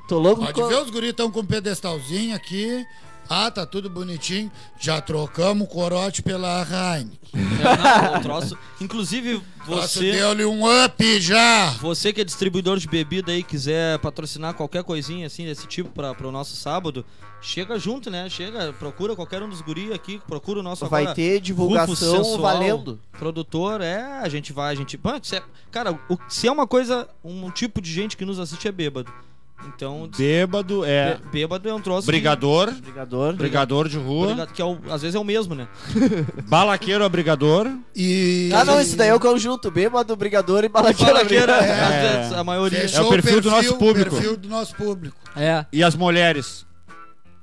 Speaker 3: Tô louco
Speaker 4: Pode
Speaker 3: com...
Speaker 4: ver, os guris estão com um pedestalzinho aqui. Ah, tá tudo bonitinho. Já trocamos o corote pela Heineken.
Speaker 1: É, não, o troço. Inclusive,
Speaker 4: Nossa,
Speaker 1: você,
Speaker 4: Deu-lhe um up já.
Speaker 1: você que é distribuidor de bebida aí, quiser patrocinar qualquer coisinha assim desse tipo pra, pro nosso sábado, chega junto, né? Chega, procura qualquer um dos guri aqui, procura o nosso
Speaker 3: Vai
Speaker 1: agora,
Speaker 3: ter divulgação
Speaker 1: Rufus Sensual,
Speaker 3: valendo.
Speaker 1: Produtor, é, a gente vai, a gente. Pô, se é- cara, o- se é uma coisa, um tipo de gente que nos assiste é bêbado. Então, des-
Speaker 2: Bêbado é.
Speaker 1: bê- bêbado é um troço. que-
Speaker 2: Brigador.
Speaker 3: Obrigador.
Speaker 2: Brigador de rua.
Speaker 1: Obrigado, que é o- às vezes é o mesmo, né?
Speaker 2: Balaqueiro é brigador.
Speaker 4: E.
Speaker 3: Ah, não, isso daí é o conjunto. Bêbado, brigador e balaqueira.
Speaker 1: Balaqueira,
Speaker 3: mesmo.
Speaker 1: às
Speaker 2: É.
Speaker 1: vezes, a maioria.
Speaker 4: Fechou
Speaker 2: É o perfil do nosso público.
Speaker 4: perfil do nosso público.
Speaker 1: É.
Speaker 2: E as mulheres.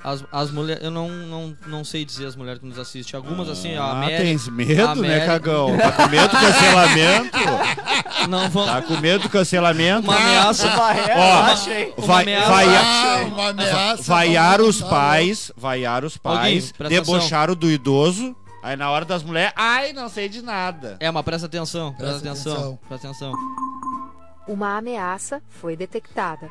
Speaker 1: As, as mulheres. Eu não, não, não sei dizer as mulheres que nos assistem. Algumas, assim, a
Speaker 2: Ah,
Speaker 1: Mary.
Speaker 2: tens medo,
Speaker 1: a
Speaker 2: né,
Speaker 1: Mary-
Speaker 2: cagão? Tá com medo do cancelamento?
Speaker 1: Não vão.
Speaker 2: Tá com medo do cancelamento?
Speaker 1: Uma ameaça.
Speaker 3: Uma ré,
Speaker 2: Ó,
Speaker 3: relaxa aí.
Speaker 1: uma
Speaker 2: Vai,
Speaker 1: ameaça.
Speaker 2: vaiar-
Speaker 4: Ah, uma ameaça.
Speaker 2: vaiar
Speaker 4: não,
Speaker 2: os
Speaker 4: tá
Speaker 2: pais, vaiar os pais,
Speaker 1: Alguém, presta
Speaker 2: debocharam do idoso. Aí na hora das mulheres, ai, não sei de nada.
Speaker 1: É, mas presta atenção, presta,
Speaker 4: Presta
Speaker 1: atenção,
Speaker 4: atenção.
Speaker 1: presta atenção.
Speaker 5: Uma ameaça foi detectada.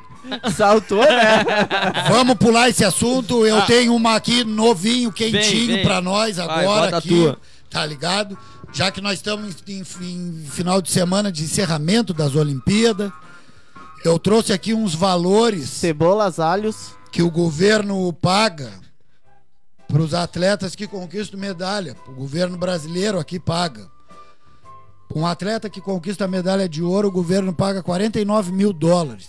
Speaker 3: Saltou, né?
Speaker 4: louco. Vamos pular esse assunto.
Speaker 2: Ah.
Speaker 4: Eu tenho uma aqui novinho, quentinho
Speaker 1: vem.
Speaker 4: pra nós
Speaker 1: Vai,
Speaker 4: agora
Speaker 1: bota a
Speaker 4: aqui.
Speaker 1: tua.
Speaker 4: Tá ligado? Já que nós estamos em, em- em final de semana de encerramento das Olimpíadas, eu trouxe aqui uns valores
Speaker 3: Cebolas, alhos.
Speaker 4: que o governo paga para os atletas que conquistam medalha. O governo brasileiro aqui paga. Um atleta que conquista a medalha de ouro, o governo paga 49 mil dólares.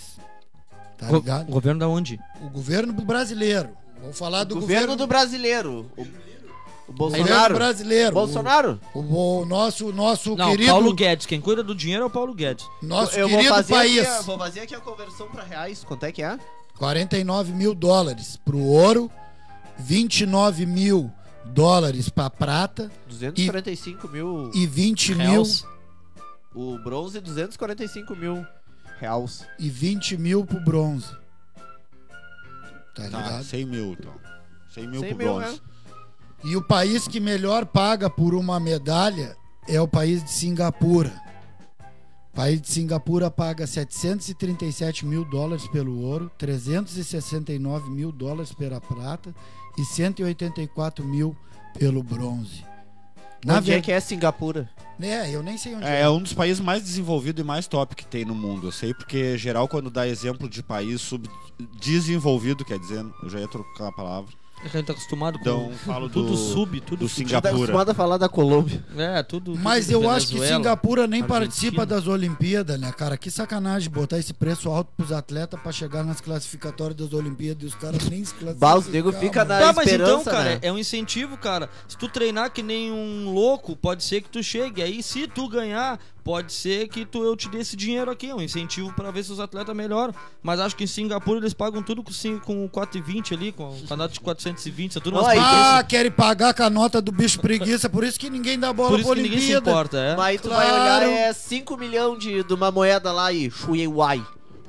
Speaker 4: Tá
Speaker 1: Go-
Speaker 4: ligado?
Speaker 1: governo da onde?
Speaker 4: O governo brasileiro. Vou falar Tá do
Speaker 3: governo
Speaker 4: governo,
Speaker 3: do brasileiro. O, o
Speaker 4: governo
Speaker 3: Bolsonaro.
Speaker 4: brasileiro.
Speaker 3: Bolsonaro?
Speaker 4: O, o- o nosso, nosso
Speaker 1: Não,
Speaker 4: querido,
Speaker 1: Paulo Guedes. Quem cuida do dinheiro é o Paulo Guedes.
Speaker 4: nosso
Speaker 3: eu vou
Speaker 4: querido
Speaker 3: fazer
Speaker 4: país.
Speaker 3: Aqui, a- vou fazer aqui a conversão pra reais. Quanto é que é?
Speaker 4: 49 mil dólares pro ouro, 29 mil dólares pra prata
Speaker 3: 245 mil.
Speaker 4: e 20 mil
Speaker 1: Reals.
Speaker 3: O bronze, 245 mil reais.
Speaker 4: e 20 mil pro bronze.
Speaker 2: Tá,
Speaker 4: Tá ligado?
Speaker 2: 100 mil, então. 100 mil
Speaker 3: 100
Speaker 2: pro
Speaker 3: mil,
Speaker 2: bronze.
Speaker 4: E o país que melhor paga por uma medalha é o país de Singapura. O país de Singapura paga 737 mil dólares pelo ouro, 369 mil dólares pela prata e 184 mil pelo bronze. Na
Speaker 3: onde é
Speaker 4: verdade,
Speaker 3: que é Singapura?
Speaker 4: é, eu nem sei onde é.
Speaker 2: É um dos países mais desenvolvidos e mais top que tem no mundo. Eu sei porque, geral, quando dá exemplo de país subdesenvolvido, quer dizer, eu já ia trocar a palavra.
Speaker 1: É que a gente tá acostumado com
Speaker 2: Então, falo do,
Speaker 1: tudo sub, tudo
Speaker 2: do
Speaker 1: sub.
Speaker 3: Tá
Speaker 2: Singapura.
Speaker 3: acostumado a falar da Colômbia.
Speaker 1: É, tudo.
Speaker 4: Mas
Speaker 1: tudo
Speaker 4: eu acho que
Speaker 1: Venezuela.
Speaker 4: Singapura nem
Speaker 1: Argentina.
Speaker 4: participa das Olimpíadas, né, cara? Que sacanagem botar esse preço alto pros atletas pra chegar nas classificatórias das Olimpíadas e os caras nem se classificam.
Speaker 3: Bah, os nego fica
Speaker 4: é
Speaker 3: na-
Speaker 1: Tá, mas então,
Speaker 3: esperança,
Speaker 1: cara,
Speaker 3: né?
Speaker 1: é um incentivo, cara. Se tu treinar que nem um louco, pode ser que tu chegue. Aí, se tu ganhar, pode ser que tu, eu te dê esse dinheiro aqui. É um incentivo pra ver se os atletas melhoram. Mas acho que em Singapura eles pagam tudo com, cin- com 4,20 ali, com a nota de 420. É tudo
Speaker 3: Não,
Speaker 1: umas
Speaker 3: aí-
Speaker 1: preguiças.
Speaker 4: Ah, querem pagar com a nota do bicho preguiça, por isso que ninguém dá bola
Speaker 1: Por
Speaker 4: pra
Speaker 1: isso que ninguém se
Speaker 4: Olimpíada.
Speaker 1: importa, é.
Speaker 3: Mas aí tu vai
Speaker 4: Claro.
Speaker 3: olhar, é 5 milhões de, de uma moeda lá e Shuiwai.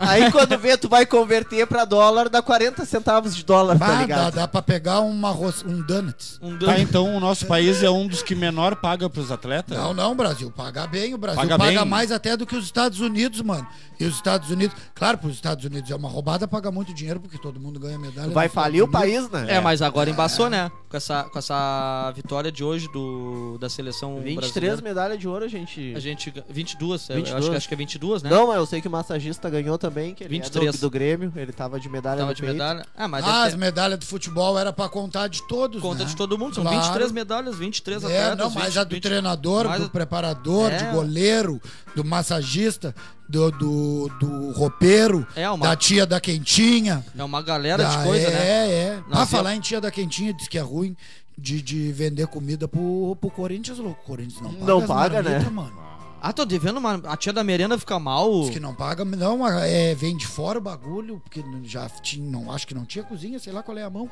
Speaker 3: Aí quando vê, tu vai converter pra dólar, dá 40 centavos de dólar, tá
Speaker 4: Bah, dá,
Speaker 3: ligado?
Speaker 4: dá pra pegar uma ro- um donuts.
Speaker 1: Um
Speaker 2: Tá,
Speaker 1: dano.
Speaker 2: então o nosso país é um dos que menor paga pros atletas?
Speaker 4: Não, não, Brasil. Paga bem. O Brasil
Speaker 2: Paga
Speaker 4: paga,
Speaker 2: bem?
Speaker 4: mais até do que os Estados Unidos, mano. E os Estados Unidos... Claro, pros Estados Unidos é uma roubada paga muito dinheiro, porque todo mundo ganha medalha.
Speaker 3: Tu vai
Speaker 4: nos
Speaker 3: falir o
Speaker 4: Estados Unidos.
Speaker 3: país, né?
Speaker 1: É, mas agora embaçou, né? Com essa, com essa vitória de hoje do, da seleção
Speaker 3: 23
Speaker 1: brasileira.
Speaker 3: medalhas de ouro, gente.
Speaker 1: um A gente... ga- 22, eu
Speaker 3: 22.
Speaker 1: Acho, que- acho que é 22, né?
Speaker 3: Não, mas eu sei que o massagista ganhou também, que ele 23.
Speaker 1: 23.
Speaker 3: do, do Grêmio, ele tava de medalha
Speaker 1: Tava
Speaker 3: no
Speaker 1: de
Speaker 3: peito.
Speaker 1: medalha. Ah, mas
Speaker 4: Ah, as
Speaker 1: deve ter-
Speaker 4: medalhas do futebol era pra contar de todos,
Speaker 1: conta
Speaker 4: né?
Speaker 1: de todo mundo. São
Speaker 4: Claro.
Speaker 1: 23 medalhas, 23
Speaker 4: É,
Speaker 1: atletas.
Speaker 4: não, mas
Speaker 1: 20,
Speaker 4: a do
Speaker 1: 20.
Speaker 4: treinador,
Speaker 1: mais
Speaker 4: do
Speaker 1: a-
Speaker 4: preparador,
Speaker 1: É.
Speaker 4: do goleiro, do massagista, do, do, do roupeiro,
Speaker 1: É
Speaker 4: da
Speaker 1: uma,
Speaker 4: tia da quentinha.
Speaker 1: é uma galera
Speaker 4: Da-
Speaker 1: de coisa,
Speaker 4: é,
Speaker 1: né?
Speaker 4: É, é.
Speaker 1: Nós
Speaker 4: ah, falar em tia da quentinha, diz que é ruim de, de vender comida pro, pro Corinthians, louco. O Corinthians não paga.
Speaker 3: Não
Speaker 4: as
Speaker 3: paga,
Speaker 4: marmitas,
Speaker 3: né?
Speaker 4: Mano.
Speaker 1: Ah, tô devendo uma... A tia da merenda fica mal.
Speaker 4: Diz que não paga, não, é, vem de fora o bagulho, porque já tinha, não, acho que não tinha cozinha, sei lá qual é a mão.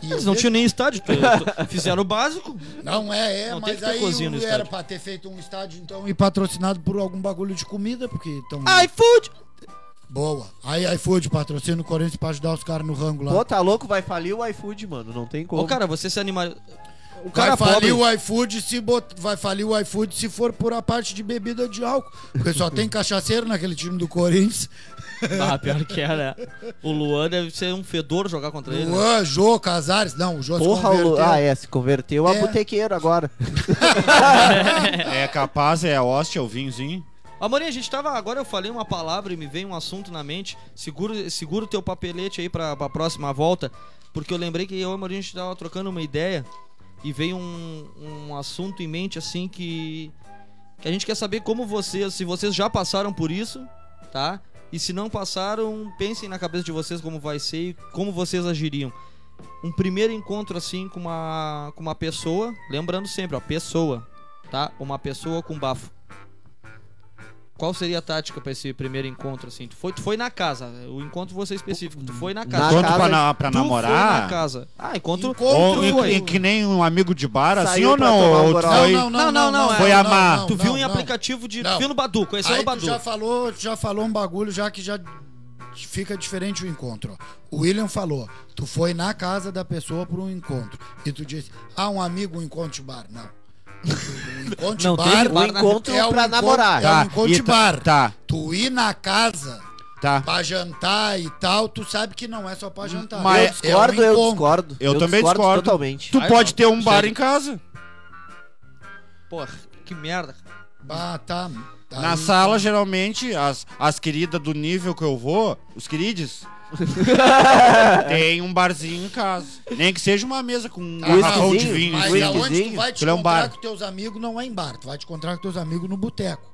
Speaker 4: E
Speaker 1: Eles
Speaker 4: às
Speaker 1: não
Speaker 4: vezes-
Speaker 1: tinham nem estádio. tu- tu- Fizeram o básico.
Speaker 4: Não, é, é,
Speaker 1: Não tem
Speaker 4: mas
Speaker 1: que ter
Speaker 4: aí
Speaker 1: cozinha no
Speaker 4: o- era
Speaker 1: estádio.
Speaker 4: pra ter feito um estádio, então, e patrocinado por algum bagulho de comida, porque então.
Speaker 1: iFood!
Speaker 4: Boa. Aí iFood patrocina o Corinthians pra ajudar os caras no rango lá.
Speaker 3: Pô, tá louco, vai falir o iFood, mano, não tem como.
Speaker 1: Ô, cara, você se animar... O
Speaker 4: Vai
Speaker 1: cara é pobre...
Speaker 4: falir o iFood se bot... vai falir o iFood se for por a parte de bebida de álcool. Porque só tem cachaceiro naquele time do Corinthians.
Speaker 1: Ah, pior que é, né? O Luan deve ser um fedor jogar contra ele. né?
Speaker 4: Luan, Jô, Casares. Não, o Jô
Speaker 3: Porra, o...
Speaker 4: se converteu.
Speaker 3: Lu- ah, é, se converteu a
Speaker 4: É.
Speaker 3: botequeiro agora.
Speaker 2: É capaz, é a hóstia, o vinhozinho.
Speaker 1: Amorim, a gente tava. Agora eu falei uma palavra e me veio um assunto na mente. Segura, segura o teu papelete aí pra, pra próxima volta. Porque eu lembrei que eu e o Amorim a gente tava trocando uma ideia e veio um, um assunto em mente assim que. Que a gente quer saber como vocês. Se vocês já passaram por isso, tá? E se não passaram, pensem na cabeça de vocês como vai ser e como vocês agiriam. Um primeiro encontro assim com uma, com uma pessoa, lembrando sempre, ó, pessoa, tá? Uma pessoa com bafo. Qual seria a tática pra esse primeiro encontro assim? Tu foi, tu foi na casa, o encontro você específico, tu foi na casa.
Speaker 2: Encontro
Speaker 3: casa-
Speaker 2: pra, na- pra
Speaker 1: tu foi na
Speaker 2: namorar?
Speaker 1: casa. Ah, encontro.
Speaker 2: Ou
Speaker 1: Tu
Speaker 2: em-
Speaker 1: foi.
Speaker 2: em que nem um amigo de bar, assim
Speaker 3: Saiu
Speaker 2: ou
Speaker 3: pra
Speaker 2: não?
Speaker 3: tomar um
Speaker 2: Ou tu
Speaker 3: goró.
Speaker 4: é
Speaker 2: foi-
Speaker 1: Não, não, é. não,
Speaker 2: foi amar.
Speaker 1: tu viu em
Speaker 4: não.
Speaker 1: aplicativo de.
Speaker 4: Não.
Speaker 1: Tu viu no Badu, conheceu
Speaker 4: Aí
Speaker 1: no
Speaker 4: tu
Speaker 1: Badu.
Speaker 4: já falou, tu já falou um bagulho já que já fica diferente o encontro. ó. O William falou, tu foi na casa da pessoa para um encontro e tu disse, ah, um amigo um encontro de bar, não. O encontro de
Speaker 1: Não
Speaker 4: bar,
Speaker 1: teve
Speaker 3: O
Speaker 1: Bar na-
Speaker 3: encontro
Speaker 4: é um
Speaker 3: pra
Speaker 4: encontro-
Speaker 3: namorar.
Speaker 4: É um
Speaker 2: Tá,
Speaker 4: encontro
Speaker 2: e
Speaker 4: de
Speaker 2: tá-
Speaker 4: bar.
Speaker 2: Tá,
Speaker 4: tu ir na casa
Speaker 2: tá.
Speaker 4: pra jantar e tal, tu sabe que não é só pra jantar. É um
Speaker 3: Eu
Speaker 2: Mas
Speaker 3: discordo, eu discordo.
Speaker 2: Eu também discordo.
Speaker 3: totalmente.
Speaker 2: Tu
Speaker 1: Ai,
Speaker 2: pode
Speaker 1: não,
Speaker 2: ter um bar
Speaker 1: chega.
Speaker 2: em casa.
Speaker 1: Porra, que merda.
Speaker 4: Ah, tá. Aí-
Speaker 2: Na sala, tá. geralmente, as, as queridas do nível que eu vou, os queridos, tem um barzinho em casa. Nem que seja uma mesa com um
Speaker 4: Tá,
Speaker 2: garrafão de
Speaker 3: whiskyzinho,
Speaker 2: vinho.
Speaker 4: Mas
Speaker 2: assim.
Speaker 3: whisky.
Speaker 4: aonde tu vai te
Speaker 2: Aquilo é um
Speaker 4: encontrar
Speaker 2: bar.
Speaker 4: com teus amigos não é em bar, tu vai te encontrar com teus amigos no boteco.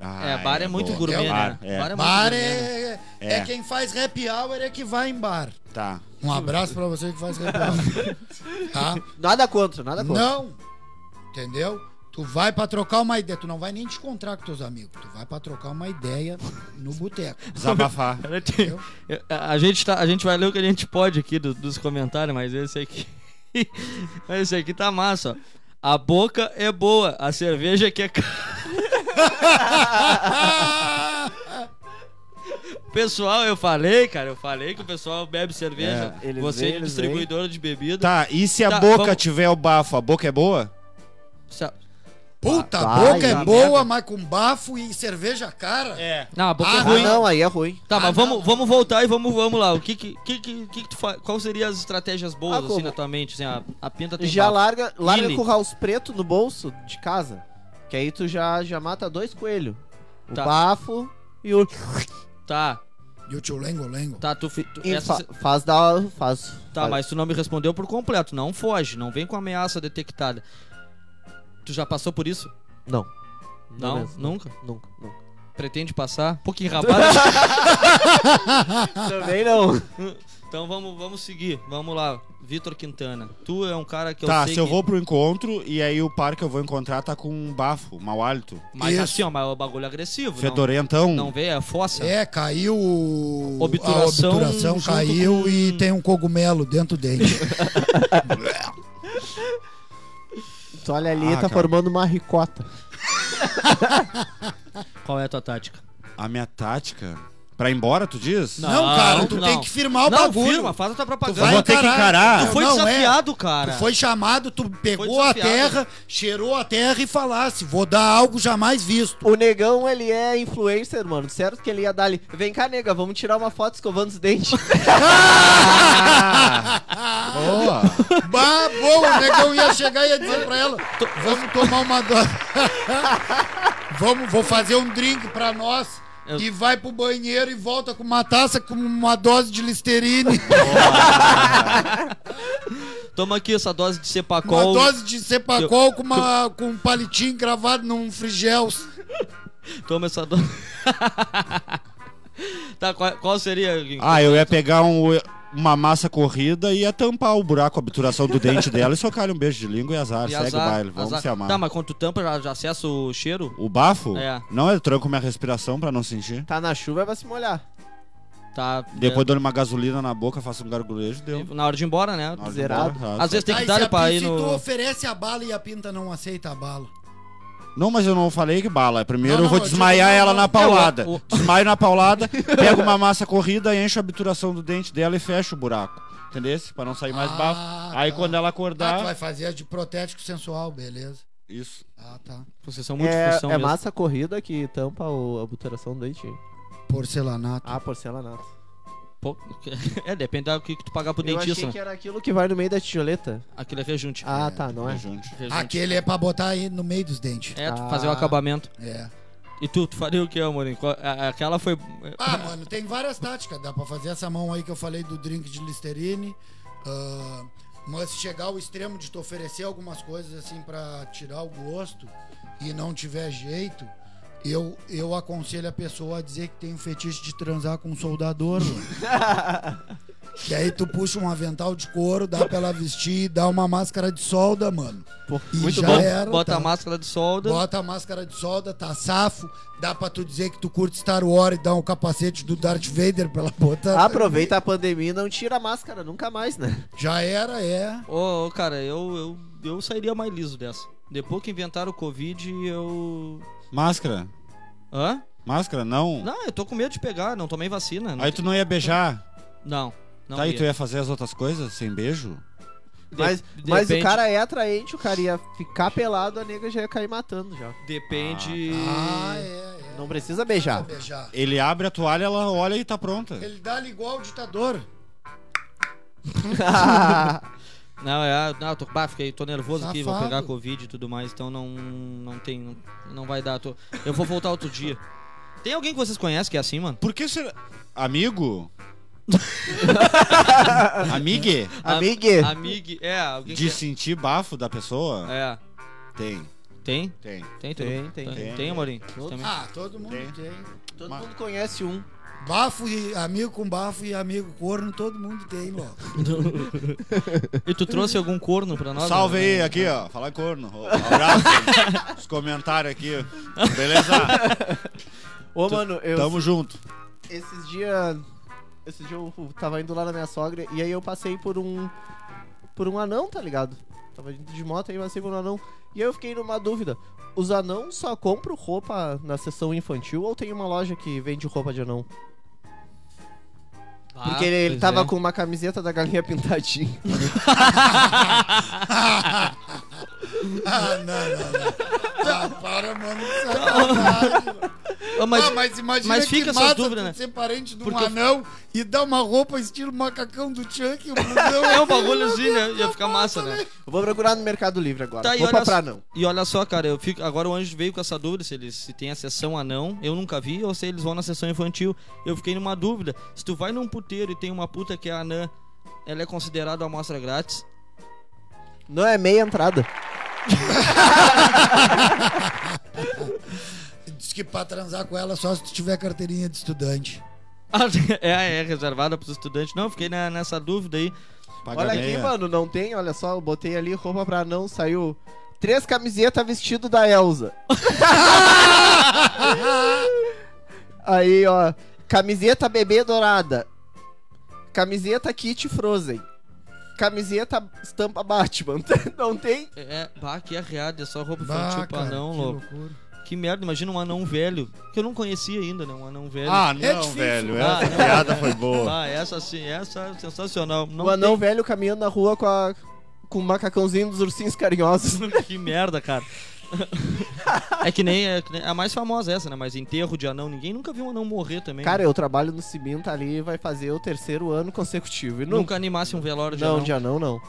Speaker 2: Ah,
Speaker 1: É, bar é, muito
Speaker 2: bom.
Speaker 1: gourmet,
Speaker 2: Bar,
Speaker 1: né?
Speaker 2: é.
Speaker 1: muito
Speaker 4: Bar
Speaker 1: gourmet, né?
Speaker 4: é,
Speaker 2: É.
Speaker 4: é. quem faz happy hour é que vai em bar.
Speaker 2: Tá.
Speaker 4: Um abraço pra você que faz happy hour. Tá?
Speaker 3: Nada contra, nada contra.
Speaker 4: Não. Entendeu? Tu vai pra trocar uma ideia. Tu não vai nem te encontrar com teus amigos. Tu vai pra trocar uma ideia no boteco.
Speaker 2: Desabafar.
Speaker 1: Cara, tem- A gente, tá, a gente vai ler o que a gente pode aqui do- dos comentários, mas esse aqui. mas esse aqui tá massa, ó. A boca é boa, a cerveja que é cara. Pessoal, eu falei, cara, eu falei que o pessoal bebe cerveja.
Speaker 3: É, eles
Speaker 1: Você
Speaker 3: veem,
Speaker 1: é
Speaker 3: eles
Speaker 1: distribuidora de bebida.
Speaker 2: Tá, e se a
Speaker 1: Tá,
Speaker 2: boca
Speaker 1: vamos-
Speaker 2: tiver o bafo, a boca é boa?
Speaker 1: Sa-
Speaker 4: Puta, a
Speaker 3: Vai,
Speaker 4: boca é
Speaker 1: tá
Speaker 4: boa,
Speaker 1: merda.
Speaker 4: mas com bafo e cerveja cara.
Speaker 2: É.
Speaker 1: Não, a boca é
Speaker 4: Ah,
Speaker 1: ruim.
Speaker 3: Ah, não, aí é ruim.
Speaker 1: Tá, mas
Speaker 4: Ah,
Speaker 1: vamos,
Speaker 4: não.
Speaker 1: vamos voltar e vamos, vamos lá. O que que, que, que, que tu faz? Qual seriam as estratégias boas,
Speaker 3: Ah,
Speaker 1: assim,
Speaker 3: como?
Speaker 1: na tua mente? Assim, a, a pinta tem
Speaker 3: Já
Speaker 1: bafo.
Speaker 3: larga, larga
Speaker 1: Lili.
Speaker 3: com o House Preto no bolso de casa. Que aí tu já, já mata dois coelhos. O
Speaker 1: Tá.
Speaker 3: bafo e o.
Speaker 1: Tá,
Speaker 4: E o tio Lengo Lengo.
Speaker 1: tá, tu... fi- tu
Speaker 3: e
Speaker 1: essa-
Speaker 3: fa- faz da. Faz.
Speaker 1: Tá,
Speaker 3: faz-
Speaker 1: mas tu não me respondeu por completo. Não foge, não vem com ameaça detectada. Tu já passou por isso?
Speaker 3: Não.
Speaker 1: Não,
Speaker 3: mesmo,
Speaker 1: nunca.
Speaker 3: Nunca, nunca.
Speaker 1: Pretende passar?
Speaker 4: Um
Speaker 1: Então Pô, que rabada.
Speaker 3: Também não.
Speaker 1: então vamos, vamos seguir. Vamos lá. Vitor Quintana, tu é um cara que eu
Speaker 2: tá,
Speaker 1: sei
Speaker 2: se eu
Speaker 1: que-
Speaker 2: vou pro encontro e aí o par que eu vou encontrar tá com um bafo, mau hálito.
Speaker 1: Mas
Speaker 4: Isso.
Speaker 1: assim, ó, mas é um bagulho agressivo.
Speaker 2: Fedorentão.
Speaker 1: Não, não vê, é fossa.
Speaker 4: É, caiu o-
Speaker 1: Obturação
Speaker 4: a obturação
Speaker 1: junto
Speaker 4: caiu
Speaker 1: com-
Speaker 4: e tem um cogumelo dentro do dente.
Speaker 3: Tu olha ali,
Speaker 2: Ah,
Speaker 3: tá
Speaker 2: cara.
Speaker 3: formando uma ricota.
Speaker 1: Qual é a tua tática?
Speaker 2: A minha tática. Pra ir embora, tu diz?
Speaker 1: Não,
Speaker 4: Não, cara, tu
Speaker 1: não.
Speaker 4: tem que firmar o
Speaker 1: não,
Speaker 4: bagulho.
Speaker 1: firma, faz a tua
Speaker 4: Tu
Speaker 1: propaganda.
Speaker 2: Eu vou ter que encarar.
Speaker 1: Tu foi
Speaker 4: Não, é.
Speaker 1: desafiado, cara.
Speaker 4: Tu foi chamado, tu pegou a
Speaker 1: desafiado.
Speaker 4: terra, cheirou a terra e falasse, vou dar algo jamais visto.
Speaker 3: O negão, ele é influencer, mano. Certo que ele ia dar ali. Vem cá, nega, vamos tirar uma foto escovando os dentes.
Speaker 1: Ah.
Speaker 2: Boa!
Speaker 4: Bah, boa, o negão ia chegar e ia dizer pra ela, vamos tomar uma dose. vamos, vou fazer um drink pra nós.
Speaker 1: Eu-
Speaker 4: E vai pro banheiro e volta com uma taça com uma dose de Listerine,
Speaker 1: Toma aqui essa dose de
Speaker 4: uma
Speaker 1: Cepacol
Speaker 4: dose de Cepacol com, uma, com um palitinho gravado num frigel.
Speaker 1: Toma essa dose. tá, qual, qual seria? Guinho?
Speaker 2: Ah, eu ia pegar um- uma massa corrida e ia tampar o buraco, a obturação do dente dela e socar um beijo de língua e azar.
Speaker 1: E
Speaker 2: Segue
Speaker 1: azar,
Speaker 2: o baile, vamos
Speaker 1: azar.
Speaker 2: se amar.
Speaker 1: Tá, mas quando tu tampa, já, já acessa o cheiro?
Speaker 2: O bafo?
Speaker 1: É.
Speaker 2: Não, eu tranco minha respiração pra não sentir.
Speaker 3: tá na chuva, é pra se molhar.
Speaker 1: Tá. né?
Speaker 2: Depois dou uma gasolina na boca, faço um gargulejo, deu.
Speaker 1: Na hora de ir embora, né?
Speaker 2: Na hora de
Speaker 3: Zerado.
Speaker 2: ir embora,
Speaker 1: Às
Speaker 2: tá.
Speaker 1: vezes tem que
Speaker 4: Aí,
Speaker 1: dar
Speaker 4: se a-
Speaker 1: pra ir
Speaker 4: se tu
Speaker 1: no.
Speaker 4: oferece a bala e a pinta não aceita a bala.
Speaker 2: Não, mas eu não falei que bala. Primeiro
Speaker 4: Não,
Speaker 2: eu vou
Speaker 4: não, eu
Speaker 2: desmaiar
Speaker 4: digo, não,
Speaker 2: ela
Speaker 4: não.
Speaker 2: na paulada.
Speaker 1: Não, o- o-
Speaker 2: Desmaio na paulada, pego uma massa corrida, encho a obturação do dente dela e fecho o buraco. Entendeu? Pra não sair mais
Speaker 4: Ah,
Speaker 2: bafo. Aí
Speaker 4: tá.
Speaker 2: quando ela
Speaker 4: Ah, tu
Speaker 2: acordar.
Speaker 4: vai fazer a de protético sensual, beleza.
Speaker 2: Isso.
Speaker 4: Ah, tá.
Speaker 1: Vocês são muito
Speaker 3: É,
Speaker 1: função
Speaker 3: é
Speaker 1: mesmo.
Speaker 3: massa corrida que tampa o- a obturação do dentinho.
Speaker 4: Porcelanato.
Speaker 3: Ah, porcelanato.
Speaker 1: Pô, é, depende do que, que tu pagar pro
Speaker 3: Eu
Speaker 1: dentista.
Speaker 3: achei que era aquilo que vai no meio da tijoleta.
Speaker 1: Aquele é rejunte.
Speaker 3: Ah, tá, não é.
Speaker 2: Junto.
Speaker 1: Rejunte.
Speaker 4: Aquele é pra botar aí no meio dos dentes.
Speaker 1: É, tu
Speaker 3: Ah.
Speaker 1: fazer o acabamento.
Speaker 4: É.
Speaker 1: E tu, tu faria o que, amorim? Qual- a- Aquela foi.
Speaker 4: Ah, mano, tem várias táticas. Dá pra fazer essa mão aí que eu falei do drink de Listerine. Ah, mas se chegar ao extremo de te oferecer algumas coisas assim pra tirar o gosto e não tiver jeito, eu, eu aconselho a pessoa a dizer que tem um fetiche de transar com um soldador. mano. Que aí tu puxa um avental de couro, dá pra ela vestir e dá uma máscara de solda, mano.
Speaker 3: Pô,
Speaker 4: E
Speaker 1: Muito
Speaker 4: já
Speaker 1: bom.
Speaker 4: era,
Speaker 1: eh, Bota
Speaker 4: tá?
Speaker 1: a máscara de solda.
Speaker 4: Bota a máscara de solda, tá safo. Dá pra tu dizer que tu curte Star Wars e dá um capacete do Darth Vader pra ela botar.
Speaker 3: Aproveita a pandemia e não tira a máscara nunca mais, né?
Speaker 4: Já era, é.
Speaker 1: Ô, ô, cara, eu, eu, eu sairia mais liso dessa. Depois que inventaram o Covid, eu.
Speaker 2: Máscara?
Speaker 1: Hã?
Speaker 2: Máscara? Não.
Speaker 1: Não, eu tô com medo de pegar, não tomei vacina. Não.
Speaker 2: Aí tu não ia beijar?
Speaker 1: Não. não
Speaker 2: tá, e
Speaker 1: ia.
Speaker 2: tu ia fazer as outras coisas sem beijo?
Speaker 1: De-
Speaker 3: Mas, mas o
Speaker 1: depende-
Speaker 3: cara é atraente, o cara ia ficar pelado, a nega já ia cair matando já.
Speaker 1: Depende.
Speaker 4: Ah, é, é.
Speaker 3: Não precisa beijar.
Speaker 4: Beijar.
Speaker 2: Ele abre a toalha, ela olha e tá pronta.
Speaker 4: Ele dá ali igual o ditador.
Speaker 1: Não, é. Não, eu tô, bah, fiquei, tô nervoso aqui, vou
Speaker 4: Safado.
Speaker 1: pegar Covid e tudo mais, então não, não tem. Não, não vai dar. tô- eu vou voltar outro dia. Tem alguém que vocês conhecem que é assim, mano?
Speaker 2: Por que será. Amigo? Amigue?
Speaker 3: Amigue,
Speaker 1: Amigo. É, alguém
Speaker 2: De
Speaker 1: que.
Speaker 2: sentir bafo da pessoa?
Speaker 1: É.
Speaker 2: Tem,
Speaker 1: Tem?
Speaker 2: tem.
Speaker 1: Tem, tu-
Speaker 3: Tem, tem.
Speaker 1: Tem,
Speaker 2: Tem.
Speaker 1: tem Amorim?
Speaker 3: Todos.
Speaker 1: Também?
Speaker 4: Ah, todo mundo
Speaker 2: Tem.
Speaker 4: tem.
Speaker 3: todo
Speaker 2: mas-
Speaker 3: mundo conhece um.
Speaker 4: Bafo e amigo com bafo e amigo corno, todo mundo tem, logo.
Speaker 1: E tu trouxe algum corno pra nós?
Speaker 2: Salve
Speaker 1: né?
Speaker 2: aí, aqui, ó. Fala corno. Ó, Abraço. Os comentários aqui. Beleza?
Speaker 3: Ô, mano, eu.
Speaker 2: Tamo junto.
Speaker 3: Esses dias. Esses dias eu tava indo lá na minha sogra e aí eu passei por um. Por um anão, tá ligado? Tava indo de moto e passei por um anão. E aí eu fiquei numa dúvida. Os anãos só compram roupa na seção infantil ou tem uma loja que vende roupa de anão?
Speaker 1: Ah,
Speaker 3: Porque ele, ele
Speaker 1: pois
Speaker 3: tava
Speaker 1: é.
Speaker 3: com uma camiseta da galinha pintadinha.
Speaker 4: Ah, não, não, não. Ah, para, mano. Sacanagem.
Speaker 1: Ah, mas,
Speaker 4: ah, mas imagina
Speaker 1: mas fica
Speaker 4: que
Speaker 1: essa
Speaker 4: massa
Speaker 1: dúvida,
Speaker 4: tu
Speaker 1: né?
Speaker 4: ser parente de um
Speaker 1: Porque eu-
Speaker 4: anão e dar uma roupa estilo macacão do Chuck e o blusão.
Speaker 1: É um bagulhozinho, né? Ia ficar massa, né?
Speaker 3: Eu vou procurar no Mercado Livre agora.
Speaker 1: Tá, e
Speaker 3: roupa
Speaker 1: olha
Speaker 3: pra
Speaker 1: só-
Speaker 3: anão.
Speaker 1: E olha só, cara, eu fico, agora o Anjo veio com essa dúvida se eles se tem a sessão anão, eu nunca vi, ou se eles vão na sessão infantil. Eu fiquei numa dúvida. Se tu vai num puteiro e tem uma puta que é anã, ela é considerada amostra grátis?
Speaker 3: Não é meia entrada.
Speaker 4: Diz que pra transar com ela só se tu tiver carteirinha de estudante.
Speaker 1: Ah, é, é reservada pros estudantes. Não, eu fiquei na- nessa dúvida aí.
Speaker 2: Paga
Speaker 3: olha
Speaker 2: meia.
Speaker 3: aqui, mano, não tem, olha só, eu botei ali roupa pra anão, saiu três camisetas vestido da Elsa. Aí, ó, camiseta bebê dourada. Camiseta Kit Frozen. Camiseta estampa Batman. Não tem?
Speaker 1: É, bah, que arreada, é só roupa
Speaker 4: Bah,
Speaker 1: infantil pra
Speaker 4: cara,
Speaker 1: tipo, anão,
Speaker 4: que
Speaker 1: louco.
Speaker 4: loucura.
Speaker 1: Que merda, imagina um anão velho, que eu não conhecia ainda, né? Um anão velho.
Speaker 2: Ah, não,
Speaker 4: É difícil.
Speaker 2: velho.
Speaker 1: Ah,
Speaker 2: Essa
Speaker 1: não.
Speaker 2: piada foi boa.
Speaker 1: Ah, essa sim, essa é sensacional. Não
Speaker 3: o anão
Speaker 1: tem-
Speaker 3: velho caminhando na rua com a. Com o macacãozinho dos ursinhos carinhosos.
Speaker 1: que merda, cara. é que nem é, que nem- é a mais famosa essa, né? Mas enterro de anão, ninguém nunca viu um anão morrer também.
Speaker 3: Cara, eu trabalho no Cimenta ali e vai fazer o terceiro ano consecutivo. E
Speaker 1: nunca,
Speaker 3: nunca.
Speaker 1: animasse um velório de
Speaker 3: Não,
Speaker 1: anão.
Speaker 3: de anão não.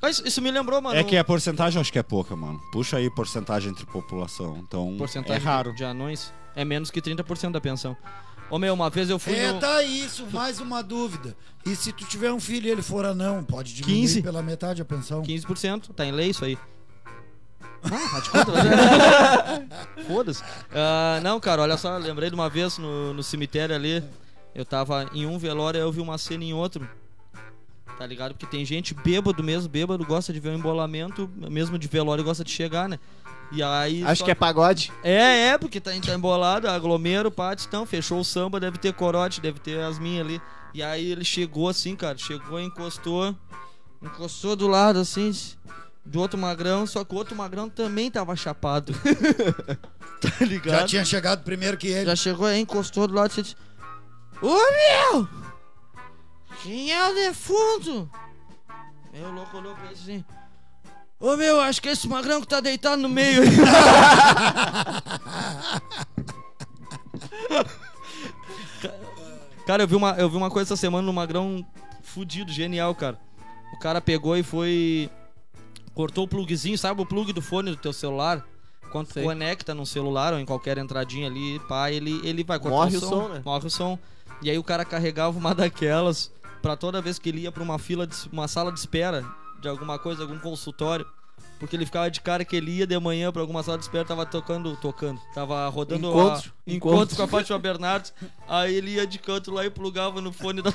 Speaker 1: Mas isso me lembrou, mano.
Speaker 2: É que a porcentagem eu acho que é pouca, mano. Puxa aí porcentagem entre população. Então,
Speaker 1: um porcentagem
Speaker 2: é raro.
Speaker 1: de anões é menos que 30% da pensão. Ô meu, uma vez eu fui
Speaker 4: É,
Speaker 1: no...
Speaker 4: tá isso, mais uma dúvida. E se tu tiver um filho e ele for anão, pode diminuir
Speaker 1: 15?
Speaker 4: pela metade a
Speaker 3: Então.
Speaker 4: pensão?
Speaker 1: 15%, tá em lei isso aí. Ah, faz de conta, mas- Foda-se. Ah, não, cara, olha só, lembrei de uma vez no, no cemitério ali. Eu tava em um velório, aí eu vi uma cena em outro. Tá ligado? Porque tem gente bêbado mesmo, bêbado gosta de ver o embolamento, mesmo de velório gosta de chegar, né? E aí.
Speaker 3: Acho
Speaker 1: só-
Speaker 3: que é pagode.
Speaker 1: É, é, porque tá, tá embolado, aglomero, pátio, então, fechou o samba, deve ter corote, deve ter as minhas ali. E aí ele chegou assim, cara, chegou, encostou, encostou do lado assim, do outro magrão, só que o outro magrão também tava chapado. tá ligado?
Speaker 4: Já tinha chegado primeiro que ele.
Speaker 1: Já chegou aí, encostou do lado e disse: Ô meu! Quem é o defunto? Aí o louco olhou pra ele assim: Ô meu, acho que é esse magrão que tá deitado no meio aí. cara, eu vi, uma, eu vi uma coisa essa semana no magrão fudido, genial, cara. O cara pegou e foi. Cortou o plugzinho, sabe o plug do fone do teu celular? Quando tu
Speaker 3: Sei.
Speaker 1: conecta num celular ou em qualquer entradinha ali, pá, ele, ele vai cortar
Speaker 3: Morre o som, né?
Speaker 1: Morre o som. E aí o cara carregava uma daquelas pra toda vez que ele ia pra uma fila, de, uma sala de espera de alguma coisa, algum consultório. Porque ele ficava de cara que ele ia de manhã pra alguma sala de espera, tava tocando, tocando. Tava rodando
Speaker 3: Encontro,
Speaker 1: a,
Speaker 3: encontro.
Speaker 1: encontro com a Fátima Bernardes. Aí ele ia de canto lá e plugava no fone da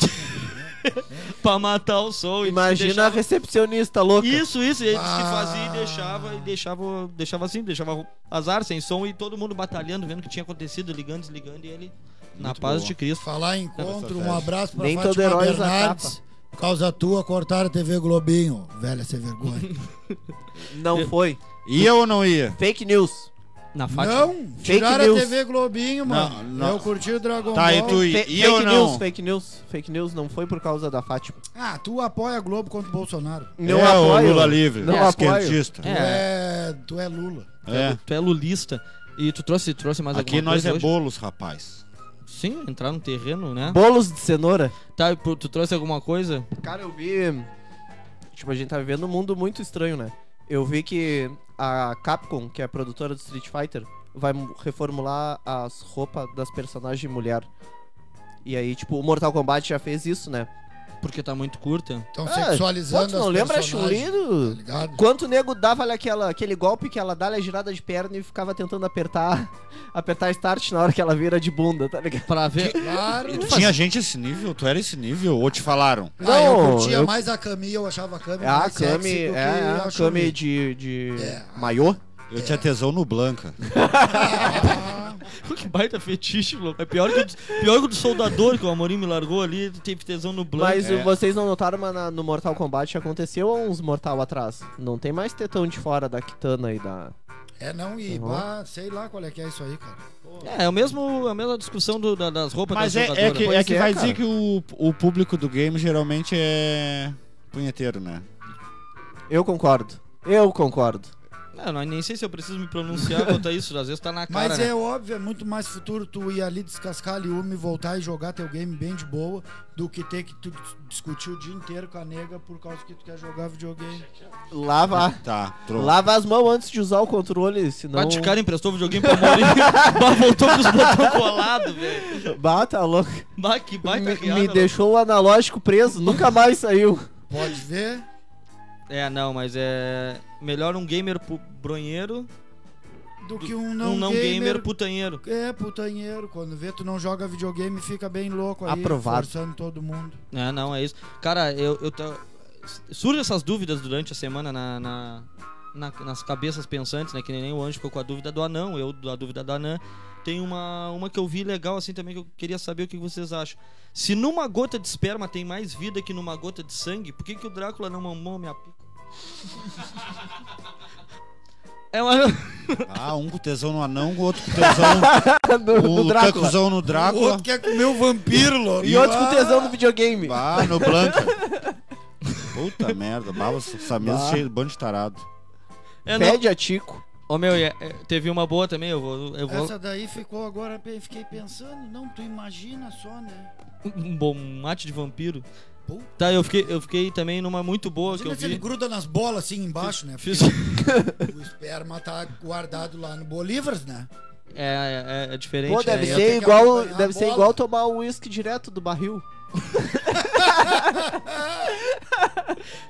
Speaker 1: pra matar o som. e
Speaker 3: Imagina a
Speaker 1: deixava-
Speaker 3: recepcionista louca.
Speaker 1: Isso, isso. E ele disse que
Speaker 4: Ah.
Speaker 1: fazia e deixava, e deixava, deixava assim, deixava azar, sem som, e todo mundo batalhando, vendo o que tinha acontecido, ligando, desligando, e ele na
Speaker 2: Muito
Speaker 1: paz
Speaker 2: boa.
Speaker 1: de Cristo.
Speaker 4: Falar em encontro, um
Speaker 2: verdade.
Speaker 4: abraço pra
Speaker 3: Nem todo
Speaker 4: Fátima
Speaker 3: herói usa
Speaker 4: Bernardes. Por causa tua, cortaram a TV Globinho. Velha, sem vergonha.
Speaker 3: Não foi.
Speaker 2: Ia ou não ia?
Speaker 3: Fake news.
Speaker 1: Na Fátima.
Speaker 4: não, tiraram a
Speaker 3: news.
Speaker 4: TV Globinho,
Speaker 2: Não,
Speaker 4: mano.
Speaker 2: não.
Speaker 4: Eu curti o Dragon
Speaker 2: Tá, e
Speaker 4: Ball.
Speaker 2: tu
Speaker 3: Fe-
Speaker 2: ia ou
Speaker 3: fake news,
Speaker 2: não?
Speaker 3: fake news. Fake news não foi por causa da Fátima.
Speaker 4: Ah, tu apoia a Globo contra o Bolsonaro.
Speaker 3: Não
Speaker 2: é,
Speaker 3: apoio.
Speaker 2: o Lula livre.
Speaker 3: Não
Speaker 2: é,
Speaker 3: apoio.
Speaker 2: esquerdista.
Speaker 4: Tu
Speaker 1: É,
Speaker 4: é, tu é Lula.
Speaker 2: É.
Speaker 1: tu é lulista. E tu trouxe, trouxe mais
Speaker 2: Aqui
Speaker 1: alguma
Speaker 2: nós
Speaker 1: coisa
Speaker 2: é
Speaker 1: hoje?
Speaker 2: bolos, rapaz.
Speaker 1: Sim, entrar no terreno, né?
Speaker 3: Bolos de cenoura.
Speaker 1: Tá, e pô, tu trouxe alguma coisa?
Speaker 3: Cara, eu vi. Tipo, a gente tá vivendo um mundo muito estranho, né? Eu vi que a Capcom, que é a produtora do Street Fighter, vai mu- reformular as roupas das personagens mulher. E aí, tipo, o Mortal Kombat já fez isso, né?
Speaker 1: Porque tá muito curta.
Speaker 4: Estão
Speaker 3: Ah,
Speaker 4: sexualizando
Speaker 3: Pô, tu não
Speaker 4: as
Speaker 3: lembra a
Speaker 4: personagens,
Speaker 3: Chun-Li?
Speaker 4: Tá
Speaker 3: do-
Speaker 4: ligado?
Speaker 3: Quanto o nego dava ali aquela, aquele golpe que ela dá a girada de perna e ficava tentando apertar apertar start na hora que ela vira de bunda, tá ligado?
Speaker 1: Pra ver.
Speaker 4: Claro.
Speaker 2: Tinha gente esse nível? Tu era esse nível? Ou te falaram?
Speaker 4: Ah, eu
Speaker 3: Não,
Speaker 4: curtia
Speaker 3: eu-
Speaker 4: mais a Cami, eu achava a Cami
Speaker 3: É a
Speaker 4: mais sexy
Speaker 3: Kami,
Speaker 4: do que
Speaker 3: é a
Speaker 4: a Chun-Li.
Speaker 3: Kami de, de
Speaker 4: É.
Speaker 3: maiô.
Speaker 2: Eu
Speaker 3: É.
Speaker 2: tinha tesão no Blanca.
Speaker 1: que baita fetiche, louco. É pior que o, do- pior que o do soldador que o Amorim me largou ali, teve tesão no blanco.
Speaker 3: Mas
Speaker 2: É.
Speaker 3: vocês não notaram, mas na- no Mortal Kombat aconteceu há uns Mortal atrás. Não tem mais tetão de fora da Kitana e da...
Speaker 4: É, não, e
Speaker 3: Uhum.
Speaker 4: bah, sei lá qual é que é isso aí, cara.
Speaker 1: É, é o mesmo, a mesma discussão do- da- das roupas
Speaker 2: Mas
Speaker 1: das
Speaker 2: é, é
Speaker 1: jogadoras.
Speaker 2: que, é
Speaker 3: Pois
Speaker 2: que
Speaker 3: é,
Speaker 2: vai
Speaker 3: cara.
Speaker 2: dizer que o, o público do game geralmente é punheteiro, né?
Speaker 3: Eu concordo. Eu concordo.
Speaker 1: Não, não, nem sei se É, eu preciso me pronunciar quanto a isso, às vezes tá na cara.
Speaker 4: Mas
Speaker 1: né?
Speaker 4: é óbvio, é muito mais futuro tu ir ali descascar a Liume, voltar e jogar teu game bem de boa, do que ter que tu dis- discutir o dia inteiro com a nega por causa que tu quer jogar videogame.
Speaker 3: Lava,
Speaker 2: Tá, pronto.
Speaker 3: lava as mãos antes de usar o controle, senão...
Speaker 1: Bate cara emprestou o videogame pra Amorim. Bah, voltou com os botões colados, velho.
Speaker 3: Bata, louco.
Speaker 1: Bah, que baita
Speaker 3: Me,
Speaker 1: riada,
Speaker 3: me
Speaker 1: louco.
Speaker 3: deixou o analógico preso, nunca mais saiu.
Speaker 4: Pode ver.
Speaker 1: É, não, mas é. Melhor um gamer pu- bronheiro
Speaker 4: Do que um
Speaker 1: não
Speaker 4: não,
Speaker 1: um não gamer,
Speaker 4: gamer.
Speaker 1: putanheiro.
Speaker 4: É, putanheiro. Quando vê tu não joga videogame, fica bem louco aí,
Speaker 3: Aprovado.
Speaker 4: forçando todo mundo.
Speaker 1: É, não, é isso. Cara, eu, eu tô. Surgem essas dúvidas durante a semana na, na- na- nas cabeças pensantes, né? Que nem o Anjo ficou com a dúvida do anão, eu da dúvida da anã. Tem uma, uma que eu vi legal assim também que eu queria saber o que vocês acham. Se numa gota de esperma tem mais vida que numa gota de sangue, por que, que o Drácula não mamou minha pica? É uma...
Speaker 2: Ah, um com tesão no anão, o outro com tesão
Speaker 3: no,
Speaker 2: o
Speaker 3: no
Speaker 2: Luca
Speaker 3: Drácula.
Speaker 2: com tesão no
Speaker 4: O
Speaker 2: Drácula.
Speaker 4: outro quer comer o vampiro, louco.
Speaker 3: E outro com
Speaker 4: Ah,
Speaker 3: tesão no videogame.
Speaker 2: Ah, no Blanca. Puta merda, bala, essa mesa cheia de bando de tarado.
Speaker 1: é não...
Speaker 3: Pede a Tico.
Speaker 1: Ô, meu, é- é, teve uma boa também, eu vou... Eu vou...
Speaker 4: Essa daí ficou agora, pe- fiquei pensando, não, tu imagina só, né?
Speaker 1: Um bom mate de vampiro.
Speaker 4: Puta.
Speaker 1: Tá, eu fiquei, eu fiquei também numa muito boa que eu
Speaker 4: Imagina se ele
Speaker 1: vi.
Speaker 4: gruda nas bolas assim embaixo, né?
Speaker 1: Fiz...
Speaker 4: O esperma tá guardado lá no Bolívares, né?
Speaker 1: É, é, é diferente.
Speaker 3: Pô,
Speaker 1: né?
Speaker 3: deve
Speaker 1: Eu-
Speaker 4: tenho
Speaker 3: ser
Speaker 4: que
Speaker 3: igual,
Speaker 4: acompanhar a
Speaker 3: deve ser
Speaker 4: bola.
Speaker 3: igual tomar o uísque direto do barril.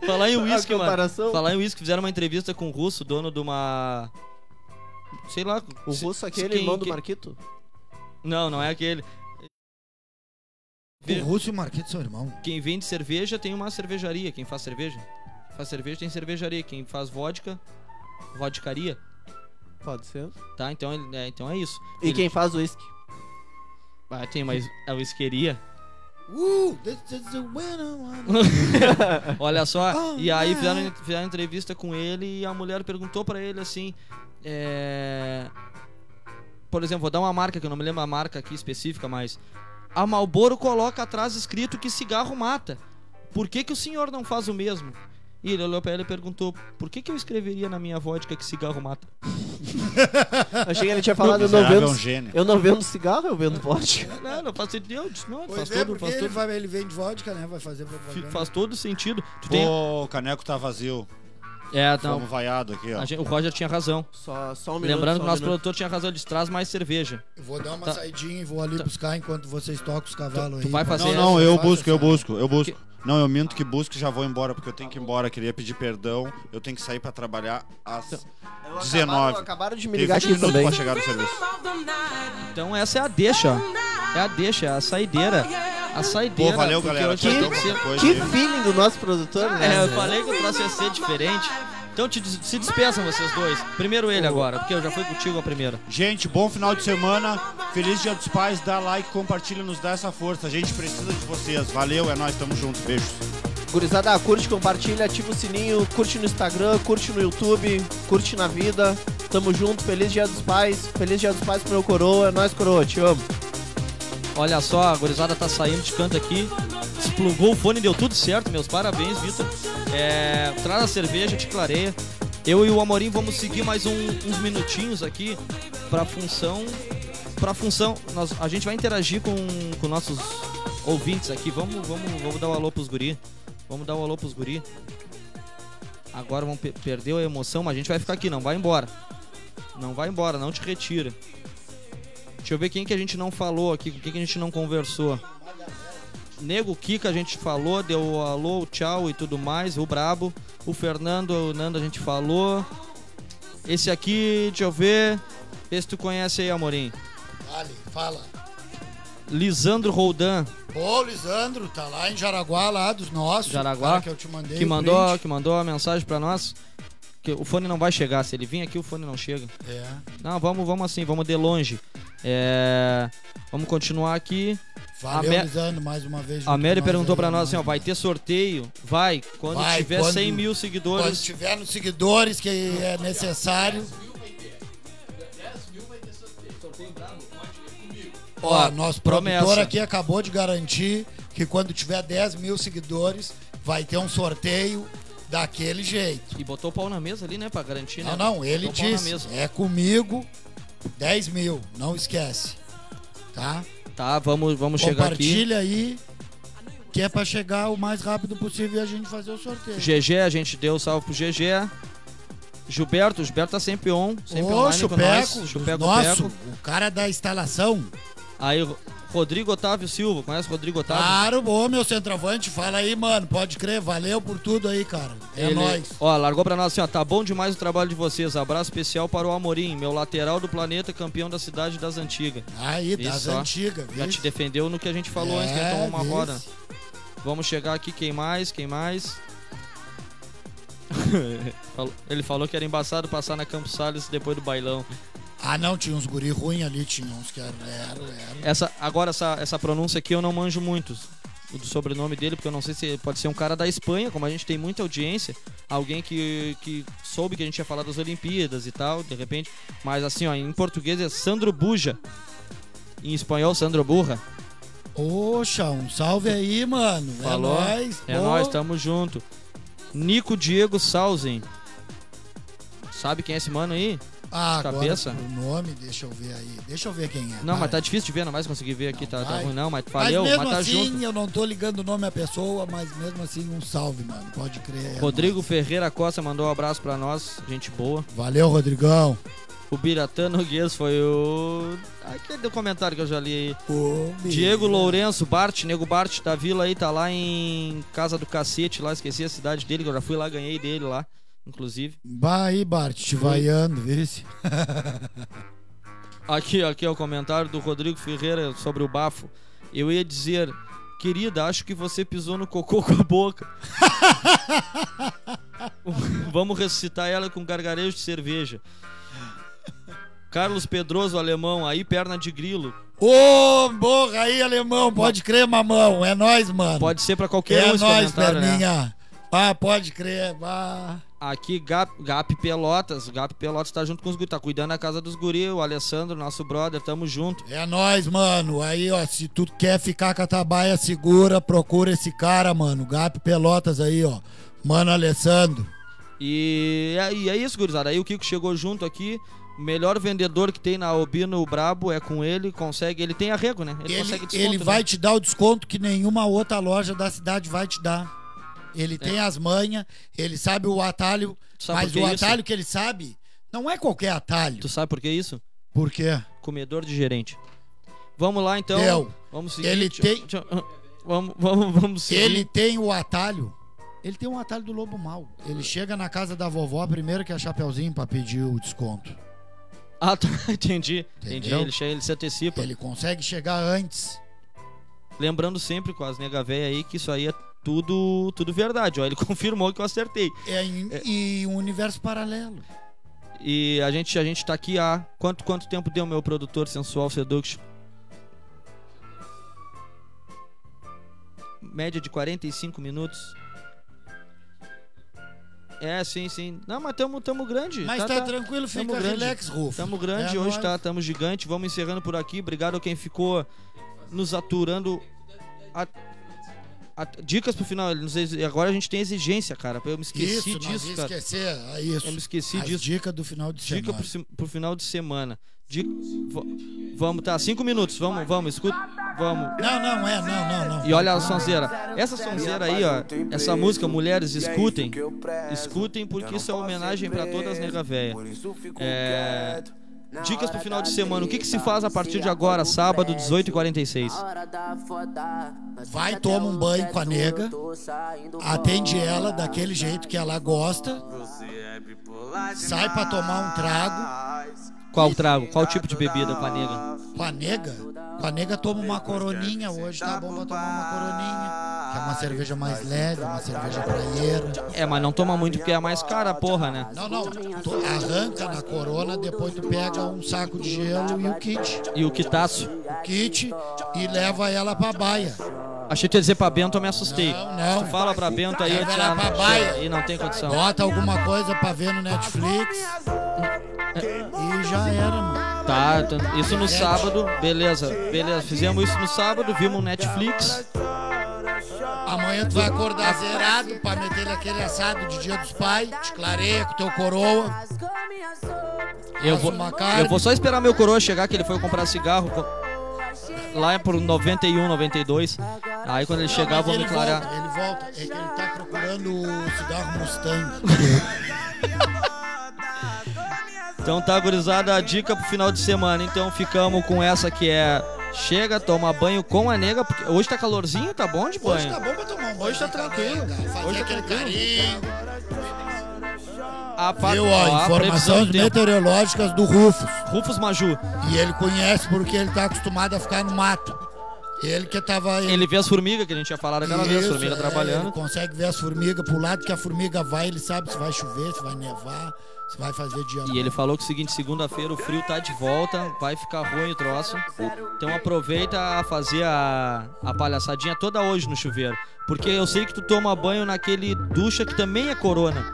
Speaker 1: Falar em uísque,
Speaker 3: A
Speaker 1: mano.
Speaker 3: comparação.
Speaker 1: Falar em uísque, fizeram uma entrevista com o russo, dono de uma. Sei lá.
Speaker 3: O
Speaker 1: se-
Speaker 3: russo é
Speaker 1: se
Speaker 3: aquele,
Speaker 1: quem-
Speaker 3: irmão do
Speaker 1: quem-
Speaker 3: Marquito?
Speaker 1: Não, não é aquele.
Speaker 4: O Russo e o Marquito são irmãos.
Speaker 1: Quem vende cerveja tem uma cervejaria. Quem faz cerveja? Quem faz cerveja tem cervejaria. Quem faz vodka, vodcaria.
Speaker 3: Pode ser.
Speaker 1: Tá? Então ele- é, então é isso.
Speaker 3: E
Speaker 1: Ele-
Speaker 3: quem faz o uísque?
Speaker 1: Ah, tem uma is- a uísqueria.
Speaker 4: Uh, this is the winner, mano.
Speaker 1: Olha só,
Speaker 4: Oh,
Speaker 1: e aí
Speaker 4: man.
Speaker 1: fizeram, fizeram entrevista com ele e a mulher perguntou pra ele assim: é... Por exemplo, vou dar uma marca que eu não me lembro a marca aqui específica, mas a Malboro coloca atrás escrito que cigarro mata. Por que, que o senhor não faz o mesmo? E ele olhou pra ela e perguntou: Por que, que eu escreveria na minha vodka que cigarro mata?
Speaker 3: Achei que ele tinha falado, eu não
Speaker 2: Miserável é um
Speaker 3: vendo.
Speaker 2: gênio.
Speaker 3: Eu não vendo cigarro, eu vendo vodka.
Speaker 1: É, Não, não faz sentido. Eu disse, não, faz
Speaker 4: Pois é,
Speaker 1: todo,
Speaker 4: porque
Speaker 1: faz
Speaker 4: ele,
Speaker 1: todo,
Speaker 4: vai, ele vende vodka, né? Vai fazer
Speaker 1: fi-
Speaker 4: propaganda.
Speaker 1: faz todo sentido. Tu tem...
Speaker 2: Pô, o caneco tá vazio.
Speaker 1: É, não.
Speaker 2: Fomos vaiado aqui, ó.
Speaker 1: a gente- o Roger tinha razão.
Speaker 3: Só, só um minuto.
Speaker 1: Lembrando que o
Speaker 3: só um
Speaker 1: nosso
Speaker 3: minuto.
Speaker 1: produtor tinha razão, ele disse, traz mais cerveja.
Speaker 4: Eu vou dar uma
Speaker 1: Tá.
Speaker 4: saidinha e vou ali buscar enquanto vocês tocam os cavalos aí.
Speaker 1: tu vai fazer
Speaker 2: Não,
Speaker 1: essa,
Speaker 2: não, eu
Speaker 4: faça
Speaker 2: busco, eu
Speaker 4: essa.
Speaker 2: busco, eu busco. Não, eu minto que busco e já vou embora, porque eu tenho que ir embora. Queria pedir perdão. Eu tenho que sair pra trabalhar
Speaker 1: Então,
Speaker 2: às
Speaker 3: Eu acabaram-
Speaker 2: 19.
Speaker 3: Acabaram, de me ligar
Speaker 2: Teve
Speaker 3: aqui
Speaker 2: um minuto
Speaker 3: também.
Speaker 2: pra chegar no serviço.
Speaker 1: Então essa é a deixa. ó. É a deixa, é a saideira. A saideira.
Speaker 2: Pô, valeu,
Speaker 1: porque
Speaker 2: galera.
Speaker 1: hoje eu
Speaker 2: Perdão
Speaker 1: tenho que
Speaker 2: qualquer
Speaker 1: ser-
Speaker 2: coisa
Speaker 3: Que
Speaker 2: aí.
Speaker 3: feeling do nosso produtor,
Speaker 1: É,
Speaker 3: né?
Speaker 1: eu falei que o troço ia ser diferente. Então te des- se despeçam vocês dois. Primeiro ele agora, porque eu já fui contigo a primeira.
Speaker 2: Gente, bom final de semana. Feliz Dia dos Pais. Dá like, compartilha, nos dá essa força. A gente precisa de vocês. Valeu, é nóis, tamo junto. Beijos.
Speaker 3: Gurizada, curte, compartilha, ativa o sininho, curte no Instagram, curte no YouTube, curte na vida. Tamo junto, feliz dia dos pais, feliz dia dos pais pro meu coroa, é nóis, coroa, te amo.
Speaker 1: Olha só, a gurizada tá saindo de canto aqui. Desplugou o fone, deu tudo certo. Meus parabéns, Vitor. É, traz a cerveja, te clareia. Eu e o Amorim vamos seguir mais um- uns minutinhos aqui pra função. Pra função. nós- a gente vai interagir com, com nossos ouvintes aqui. Vamos, vamos, vamos dar o alô pros guri. Vamos dar o alô pros guri. Agora vamos pe- perder a emoção, mas a gente vai ficar aqui, não vai embora. Não vai embora, não te retira. Deixa eu ver quem que a gente não falou aqui, com quem que a gente não conversou. Nego Kika a gente falou, deu alô, tchau e tudo mais, o Brabo. O Fernando, o Nando a gente falou. Esse aqui, deixa eu ver. Esse tu conhece aí, Amorim.
Speaker 4: Vale, fala.
Speaker 1: Lisandro Roldan,
Speaker 4: Pô, Lisandro, tá lá em Jaraguá, lá dos nossos.
Speaker 1: Jaraguá,
Speaker 4: o cara que eu te mandei.
Speaker 1: que
Speaker 4: o
Speaker 1: mandou,
Speaker 4: print.
Speaker 1: que mandou a mensagem pra nós. Que o fone não vai chegar, se ele vir aqui o fone não chega.
Speaker 4: É.
Speaker 1: Não, vamos, vamos assim, vamos de longe. É, Vamos continuar aqui.
Speaker 4: Valeu,
Speaker 1: A Mer-
Speaker 4: Lisandro, mais uma vez.
Speaker 1: A
Speaker 4: junto
Speaker 1: Mary
Speaker 4: com nós
Speaker 1: perguntou
Speaker 4: aí, né?
Speaker 1: pra nós assim, ó,
Speaker 4: mano.
Speaker 1: vai ter sorteio? Vai, quando
Speaker 4: Vai,
Speaker 1: tiver
Speaker 4: quando-
Speaker 1: 100 mil
Speaker 4: Quando
Speaker 1: seguidores.
Speaker 4: tiver nos seguidores que é necessário. Ó, nosso produtor
Speaker 1: promessa.
Speaker 4: aqui acabou de garantir que quando tiver 10 mil seguidores, vai ter um sorteio daquele jeito.
Speaker 1: E botou o pau na mesa ali, né, pra garantir,
Speaker 4: Não,
Speaker 1: né?
Speaker 4: não, ele
Speaker 1: Botou o pau na
Speaker 4: disse,
Speaker 1: mesa.
Speaker 4: é comigo, 10 mil, não esquece. Tá?
Speaker 1: Tá, vamos, vamos chegar aqui.
Speaker 4: Compartilha aí, que é pra chegar o mais rápido possível e a gente fazer o sorteio.
Speaker 1: GG, a gente deu um salve pro GG. Gilberto, o Gilberto tá sempre on, sempre
Speaker 4: Ô,
Speaker 1: online com nós.
Speaker 4: Chupeco,
Speaker 1: Chupeco,
Speaker 4: nosso,
Speaker 1: Peco.
Speaker 4: o cara da instalação.
Speaker 1: Aí, o Rodrigo Otávio Silva, conhece o Rodrigo Otávio?
Speaker 4: Claro, ô meu centroavante, fala aí, mano. Pode crer, valeu por tudo aí, cara. É
Speaker 1: Ele-
Speaker 4: nóis.
Speaker 1: Ó, largou pra nós assim, ó. Tá bom demais o trabalho de vocês. Abraço especial para o Amorim, meu lateral do planeta, campeão da cidade das antigas.
Speaker 4: Aí, das
Speaker 1: Isso, ó.
Speaker 4: antigas,
Speaker 1: Já te
Speaker 4: viu? É,
Speaker 1: defendeu no que a gente falou antes, né? Tomou uma
Speaker 4: viu?
Speaker 1: roda. Vamos chegar aqui, quem mais? Quem mais? Falou- Ele falou que era embaçado passar na Campos Salles depois do bailão.
Speaker 4: Ah, não, tinha uns guri ruim ali, tinha uns que eram. Era, era.
Speaker 1: Essa, agora, essa, essa pronúncia aqui eu não manjo muito. o do sobrenome dele, porque eu não sei se pode ser um cara da Espanha, como a gente tem muita audiência, alguém que, que soube que a gente ia falar das Olimpíadas e tal, de repente. Mas assim, ó, em português é Sandro Buja. Em espanhol, Sandro Burra.
Speaker 4: Oxa, um salve aí, mano.
Speaker 1: Falou.
Speaker 4: É nóis.
Speaker 1: É
Speaker 4: pô.
Speaker 1: nóis, tamo junto. Nico Diego Sausen. Sabe quem é esse mano aí?
Speaker 4: Ah, agora
Speaker 1: cabeça.
Speaker 4: o nome, deixa eu ver aí. Deixa eu ver quem é.
Speaker 1: Não,
Speaker 4: vai.
Speaker 1: mas tá difícil de ver, não mais consegui ver aqui,
Speaker 4: Não
Speaker 1: tá, tá
Speaker 4: vai.
Speaker 1: ruim não, mas
Speaker 4: Mas
Speaker 1: valeu, mas,
Speaker 4: mesmo
Speaker 1: tá
Speaker 4: assim,
Speaker 1: junto.
Speaker 4: eu não tô ligando o nome à pessoa, mas mesmo assim, um salve, mano. Pode crer. é
Speaker 1: Rodrigo Ferreira Costa mandou um abraço pra nós, gente boa.
Speaker 4: nóis. Valeu, Rodrigão.
Speaker 1: O Biratã Noguês foi o. Aquele comentário que eu já li aí.
Speaker 4: Ô,
Speaker 1: Diego
Speaker 4: menino.
Speaker 1: Lourenço Bart, nego Bart da vila aí, tá lá em Casa do Cacete, lá, esqueci a cidade dele, que eu já fui lá, ganhei dele lá, inclusive.
Speaker 4: Bah aí, Bart, te vaiando, vice.
Speaker 1: Aqui, aqui é o comentário do Rodrigo Ferreira sobre o bafo. Eu ia dizer, querida, acho que você pisou no cocô com a boca. Vamos ressuscitar ela com gargarejo de cerveja. Carlos Pedroso, alemão, aí perna de grilo.
Speaker 4: Ô, borra aí, alemão. Pode crer, mamão. É nóis, mano.
Speaker 1: Pode ser pra qualquer um
Speaker 4: é
Speaker 1: esse
Speaker 4: nóis,
Speaker 1: comentário, né?
Speaker 4: perninha. Ah, pode crer. Bah.
Speaker 1: Aqui, Gap, Gap Pelotas. Gap Pelotas tá junto com os guri, tá cuidando da casa dos guri. O Alessandro, nosso brother, tamo junto.
Speaker 4: É nóis, mano. Aí, ó, se tu quer ficar com a tabaia segura, procura esse cara, mano. Gap Pelotas aí, ó. Mano Alessandro.
Speaker 1: E é, e é isso, gurizada. Aí o Kiko chegou junto aqui. O melhor vendedor que tem na Obino, o Brabo, é com ele. Consegue. Ele tem arrego, né? Ele,
Speaker 4: Ele,
Speaker 1: consegue desconto.
Speaker 4: ele
Speaker 1: né?
Speaker 4: vai te dar o desconto que nenhuma outra loja da cidade vai te dar. Ele tem as manhas, ele sabe o atalho,
Speaker 1: É. Sabe por
Speaker 4: mas o
Speaker 1: que é isso?
Speaker 4: atalho que ele sabe não é qualquer atalho.
Speaker 1: Tu sabe por que isso?
Speaker 4: Por quê?
Speaker 1: Comedor de gerente. Vamos lá, então.
Speaker 4: Deu.
Speaker 1: Vamos seguir.
Speaker 4: Ele
Speaker 1: Tchau,
Speaker 4: tem-
Speaker 1: tchau. Vamos, vamos, vamos seguir.
Speaker 4: Ele tem o atalho. Ele tem um atalho do lobo mal. Ele chega na casa da vovó primeiro que é Chapeuzinho pra pedir o desconto.
Speaker 1: Ah, tá. Entendi. Entendi.
Speaker 4: Entendeu?
Speaker 1: Ele, chega, ele se antecipa.
Speaker 4: Ele consegue chegar antes.
Speaker 1: Lembrando sempre com as nega véia aí que isso aí é tudo, tudo verdade. Ó, ele confirmou que eu acertei.
Speaker 4: É em- E um universo paralelo.
Speaker 1: E a gente, a gente tá aqui há. Quanto, quanto tempo deu meu produtor sensual Sedux? Média de 45 minutos. É, sim, sim. Não, mas tamo, tamo grande.
Speaker 4: Mas tá, tranquilo, fica
Speaker 1: Tamo grande.
Speaker 4: relax, Rufo.
Speaker 1: Tamo grande
Speaker 4: É
Speaker 1: hoje,
Speaker 4: nóis.
Speaker 1: tá? Tamo gigante. Vamos encerrando por aqui. Obrigado a quem ficou nos aturando. A- a- dicas pro final. Ele nos exi- Agora a gente tem exigência, cara. Eu me esqueci
Speaker 4: isso, nós
Speaker 1: disso,
Speaker 4: ia
Speaker 1: cara.
Speaker 4: esquecer. é Isso.
Speaker 1: Eu me esqueci
Speaker 4: As
Speaker 1: disso.
Speaker 4: dicas do final de
Speaker 1: Dica
Speaker 4: semana.
Speaker 1: pro, se- pro final de semana. Dica, v- vamos, tá? Cinco minutos. Vamos, vamos. Escuta. Vamos.
Speaker 4: Não, não, é, não, não, não.
Speaker 1: E olha a sonzeira. Essa
Speaker 6: Tá
Speaker 1: sonzeira aí, ó. Essa música, mulheres, escutem.
Speaker 6: Escutem porque isso é uma homenagem pra todas as nega véia. É...
Speaker 1: Dicas pro final de semana. O que, que se faz a partir de agora, sábado, 18h46?
Speaker 4: Vai, toma um banho com a nega, atende ela daquele jeito que ela gosta, sai pra tomar um trago
Speaker 1: Qual trago? Qual tipo de bebida com a nega?
Speaker 4: com a nega. Com a nega toma uma coroninha hoje, tá bom pra tomar uma coroninha. Que é uma cerveja mais leve, uma cerveja praieira.
Speaker 1: É, mas não toma muito porque é a mais cara, porra, né?
Speaker 4: Não, não, tu arranca na corona, depois tu pega um saco de gelo e o kit.
Speaker 1: E o quitaço?
Speaker 4: O kit e leva ela pra baia.
Speaker 1: Achei que ia dizer pra Bento, eu me assustei.
Speaker 4: Não, não.
Speaker 1: Tu fala assim, pra Bento aí, eu
Speaker 4: Vai
Speaker 1: te
Speaker 4: lá pra baia.
Speaker 1: e não tem condição.
Speaker 4: Bota alguma coisa pra ver no Netflix. E já era, mano.
Speaker 1: Tá, então, isso no sábado, beleza, beleza. Fizemos isso no sábado, vimos um Netflix.
Speaker 4: Amanhã tu vai acordar zerado pra meter aquele assado de dia dos pais. Te clareia com teu coroa.
Speaker 1: Eu vou,
Speaker 4: uma carne.
Speaker 1: eu vou só esperar meu coroa chegar, que ele foi comprar cigarro co- lá é por 91, 92. Aí quando ele chegar, eu vou me
Speaker 4: ele
Speaker 1: clarear.
Speaker 4: volta, ele volta. É que ele tá procurando o cigarro Mustang.
Speaker 1: Então tá, gurizada, a dica pro final de semana. Então ficamos com essa que é chega, toma banho com a nega, porque hoje tá calorzinho, tá bom de
Speaker 4: Hoje tá
Speaker 1: banho.
Speaker 4: bom pra tomar um
Speaker 1: Hoje tá tranquilo.
Speaker 4: Fazer
Speaker 1: Hoje tá
Speaker 4: aquele
Speaker 1: tranquilo.
Speaker 4: carinho.
Speaker 1: A pa-
Speaker 4: Viu,
Speaker 1: ó,
Speaker 4: ó,
Speaker 1: a previsão
Speaker 4: informações
Speaker 1: do tempo.
Speaker 4: meteorológicas do Rufus.
Speaker 1: Rufus Maju.
Speaker 4: E ele conhece porque ele tá acostumado a ficar no mato. Ele que tava.
Speaker 1: Ele vê as formigas que a gente ia falar aquela vez,
Speaker 4: Isso,
Speaker 1: as formigas
Speaker 4: é, Ele
Speaker 1: trabalhando.
Speaker 4: consegue ver as formigas pro lado que a formiga vai, ele sabe se vai chover, se vai nevar, se vai fazer dia.
Speaker 1: E ele falou que o seguinte, segunda-feira o frio tá de volta, vai ficar ruim o troço. Então aproveita a fazer a, a palhaçadinha toda hoje no chuveiro. Porque eu sei que tu toma banho naquele ducha que também é corona,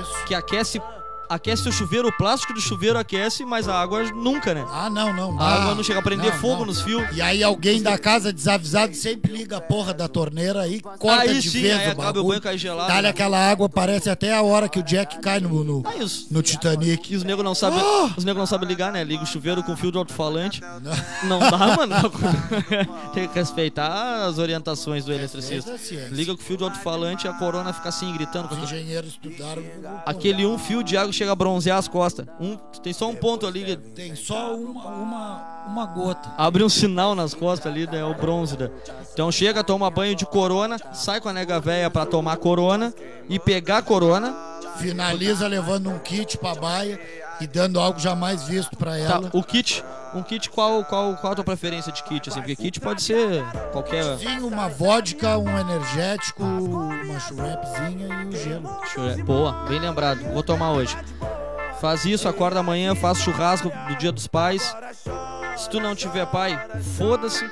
Speaker 4: Isso.
Speaker 1: que aquece aquece o chuveiro, o plástico do chuveiro aquece, mas a água nunca, né?
Speaker 4: Ah, não, não.
Speaker 1: A
Speaker 4: ah,
Speaker 1: água não chega a prender
Speaker 4: não,
Speaker 1: fogo
Speaker 4: não.
Speaker 1: nos fios.
Speaker 4: E aí alguém da casa desavisado sempre liga a porra da torneira e corta
Speaker 1: aí
Speaker 4: de
Speaker 1: sim,
Speaker 4: vez
Speaker 1: aí
Speaker 4: o
Speaker 1: acaba o
Speaker 4: bagulho.
Speaker 1: banho né? cai gelado.
Speaker 4: Dá-lhe aquela água, parece até a hora que o Jack cai no, no,
Speaker 1: Ah, isso.
Speaker 4: no Titanic.
Speaker 1: Que os negros não sabem.
Speaker 4: Ah!
Speaker 1: Os negros não sabem ligar, né? Liga o chuveiro com fio do alto-falante. Não dá, mano. Tem que respeitar as orientações do
Speaker 4: Essa é
Speaker 1: eletricista.
Speaker 4: a ciência.
Speaker 1: Liga com o fio do alto-falante e a corona fica assim, gritando.
Speaker 4: Os engenheiros estudaram.
Speaker 1: Aquele um fio de água chega a bronzear as costas. Um, tem só um ponto ali. que
Speaker 4: Tem só uma, uma, uma gota.
Speaker 1: Abre um sinal nas costas ali, né? O bronze. né? Então chega, toma banho de corona, sai com a nega véia pra tomar corona e pegar corona.
Speaker 4: Finaliza levando um kit pra baia e dando algo jamais visto pra
Speaker 1: Tá,
Speaker 4: ela.
Speaker 1: o kit. Um kit, qual, qual, qual a tua preferência de kit? Assim, porque kit pode ser qualquer.
Speaker 4: Sim, uma vodka, um energético, uma churrapzinha e o gelo.
Speaker 1: Churra- É, Boa, bem lembrado. Vou tomar hoje. Faz isso, acorda amanhã, faz churrasco do Dia dos Pais. Se tu não tiver pai, foda-se.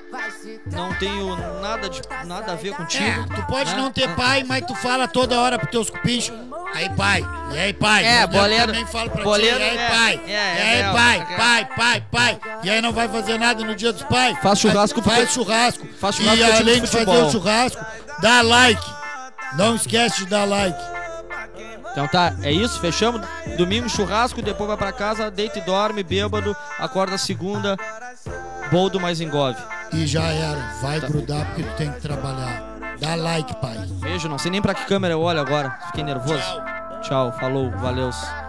Speaker 1: Não tenho nada, de, nada a ver contigo.
Speaker 4: É, tu pode
Speaker 1: né?
Speaker 4: não ter
Speaker 1: É.
Speaker 4: pai, mas tu fala toda hora pros teus cupinchos. Aí, pai. E aí, pai?
Speaker 1: É,
Speaker 4: Eu
Speaker 1: boleiro-
Speaker 4: Também falo pra
Speaker 1: boleiro,
Speaker 4: ti. E aí,
Speaker 1: é,
Speaker 4: pai?
Speaker 1: é,
Speaker 4: e aí,
Speaker 1: é, é,
Speaker 4: pai,
Speaker 1: é.
Speaker 4: pai, pai, pai? E aí não vai fazer nada no dia dos pais?
Speaker 1: Faz churrasco
Speaker 4: Faz,
Speaker 1: porque-
Speaker 4: churrasco.
Speaker 1: Faz churrasco
Speaker 4: E
Speaker 1: porque é time de
Speaker 4: além de fazer
Speaker 1: futebol.
Speaker 4: o churrasco, dá like. Não esquece de dar like.
Speaker 1: Então tá, é isso, fechamos. Domingo churrasco, depois vai pra casa, deita e dorme, bêbado, acorda segunda, boldo mais engove.
Speaker 4: E já era. Vai grudar porque tu tem que trabalhar. Dá like, pai.
Speaker 1: Beijo, não sei nem pra que câmera eu olho agora, fiquei nervoso. Tchau, falou, valeus.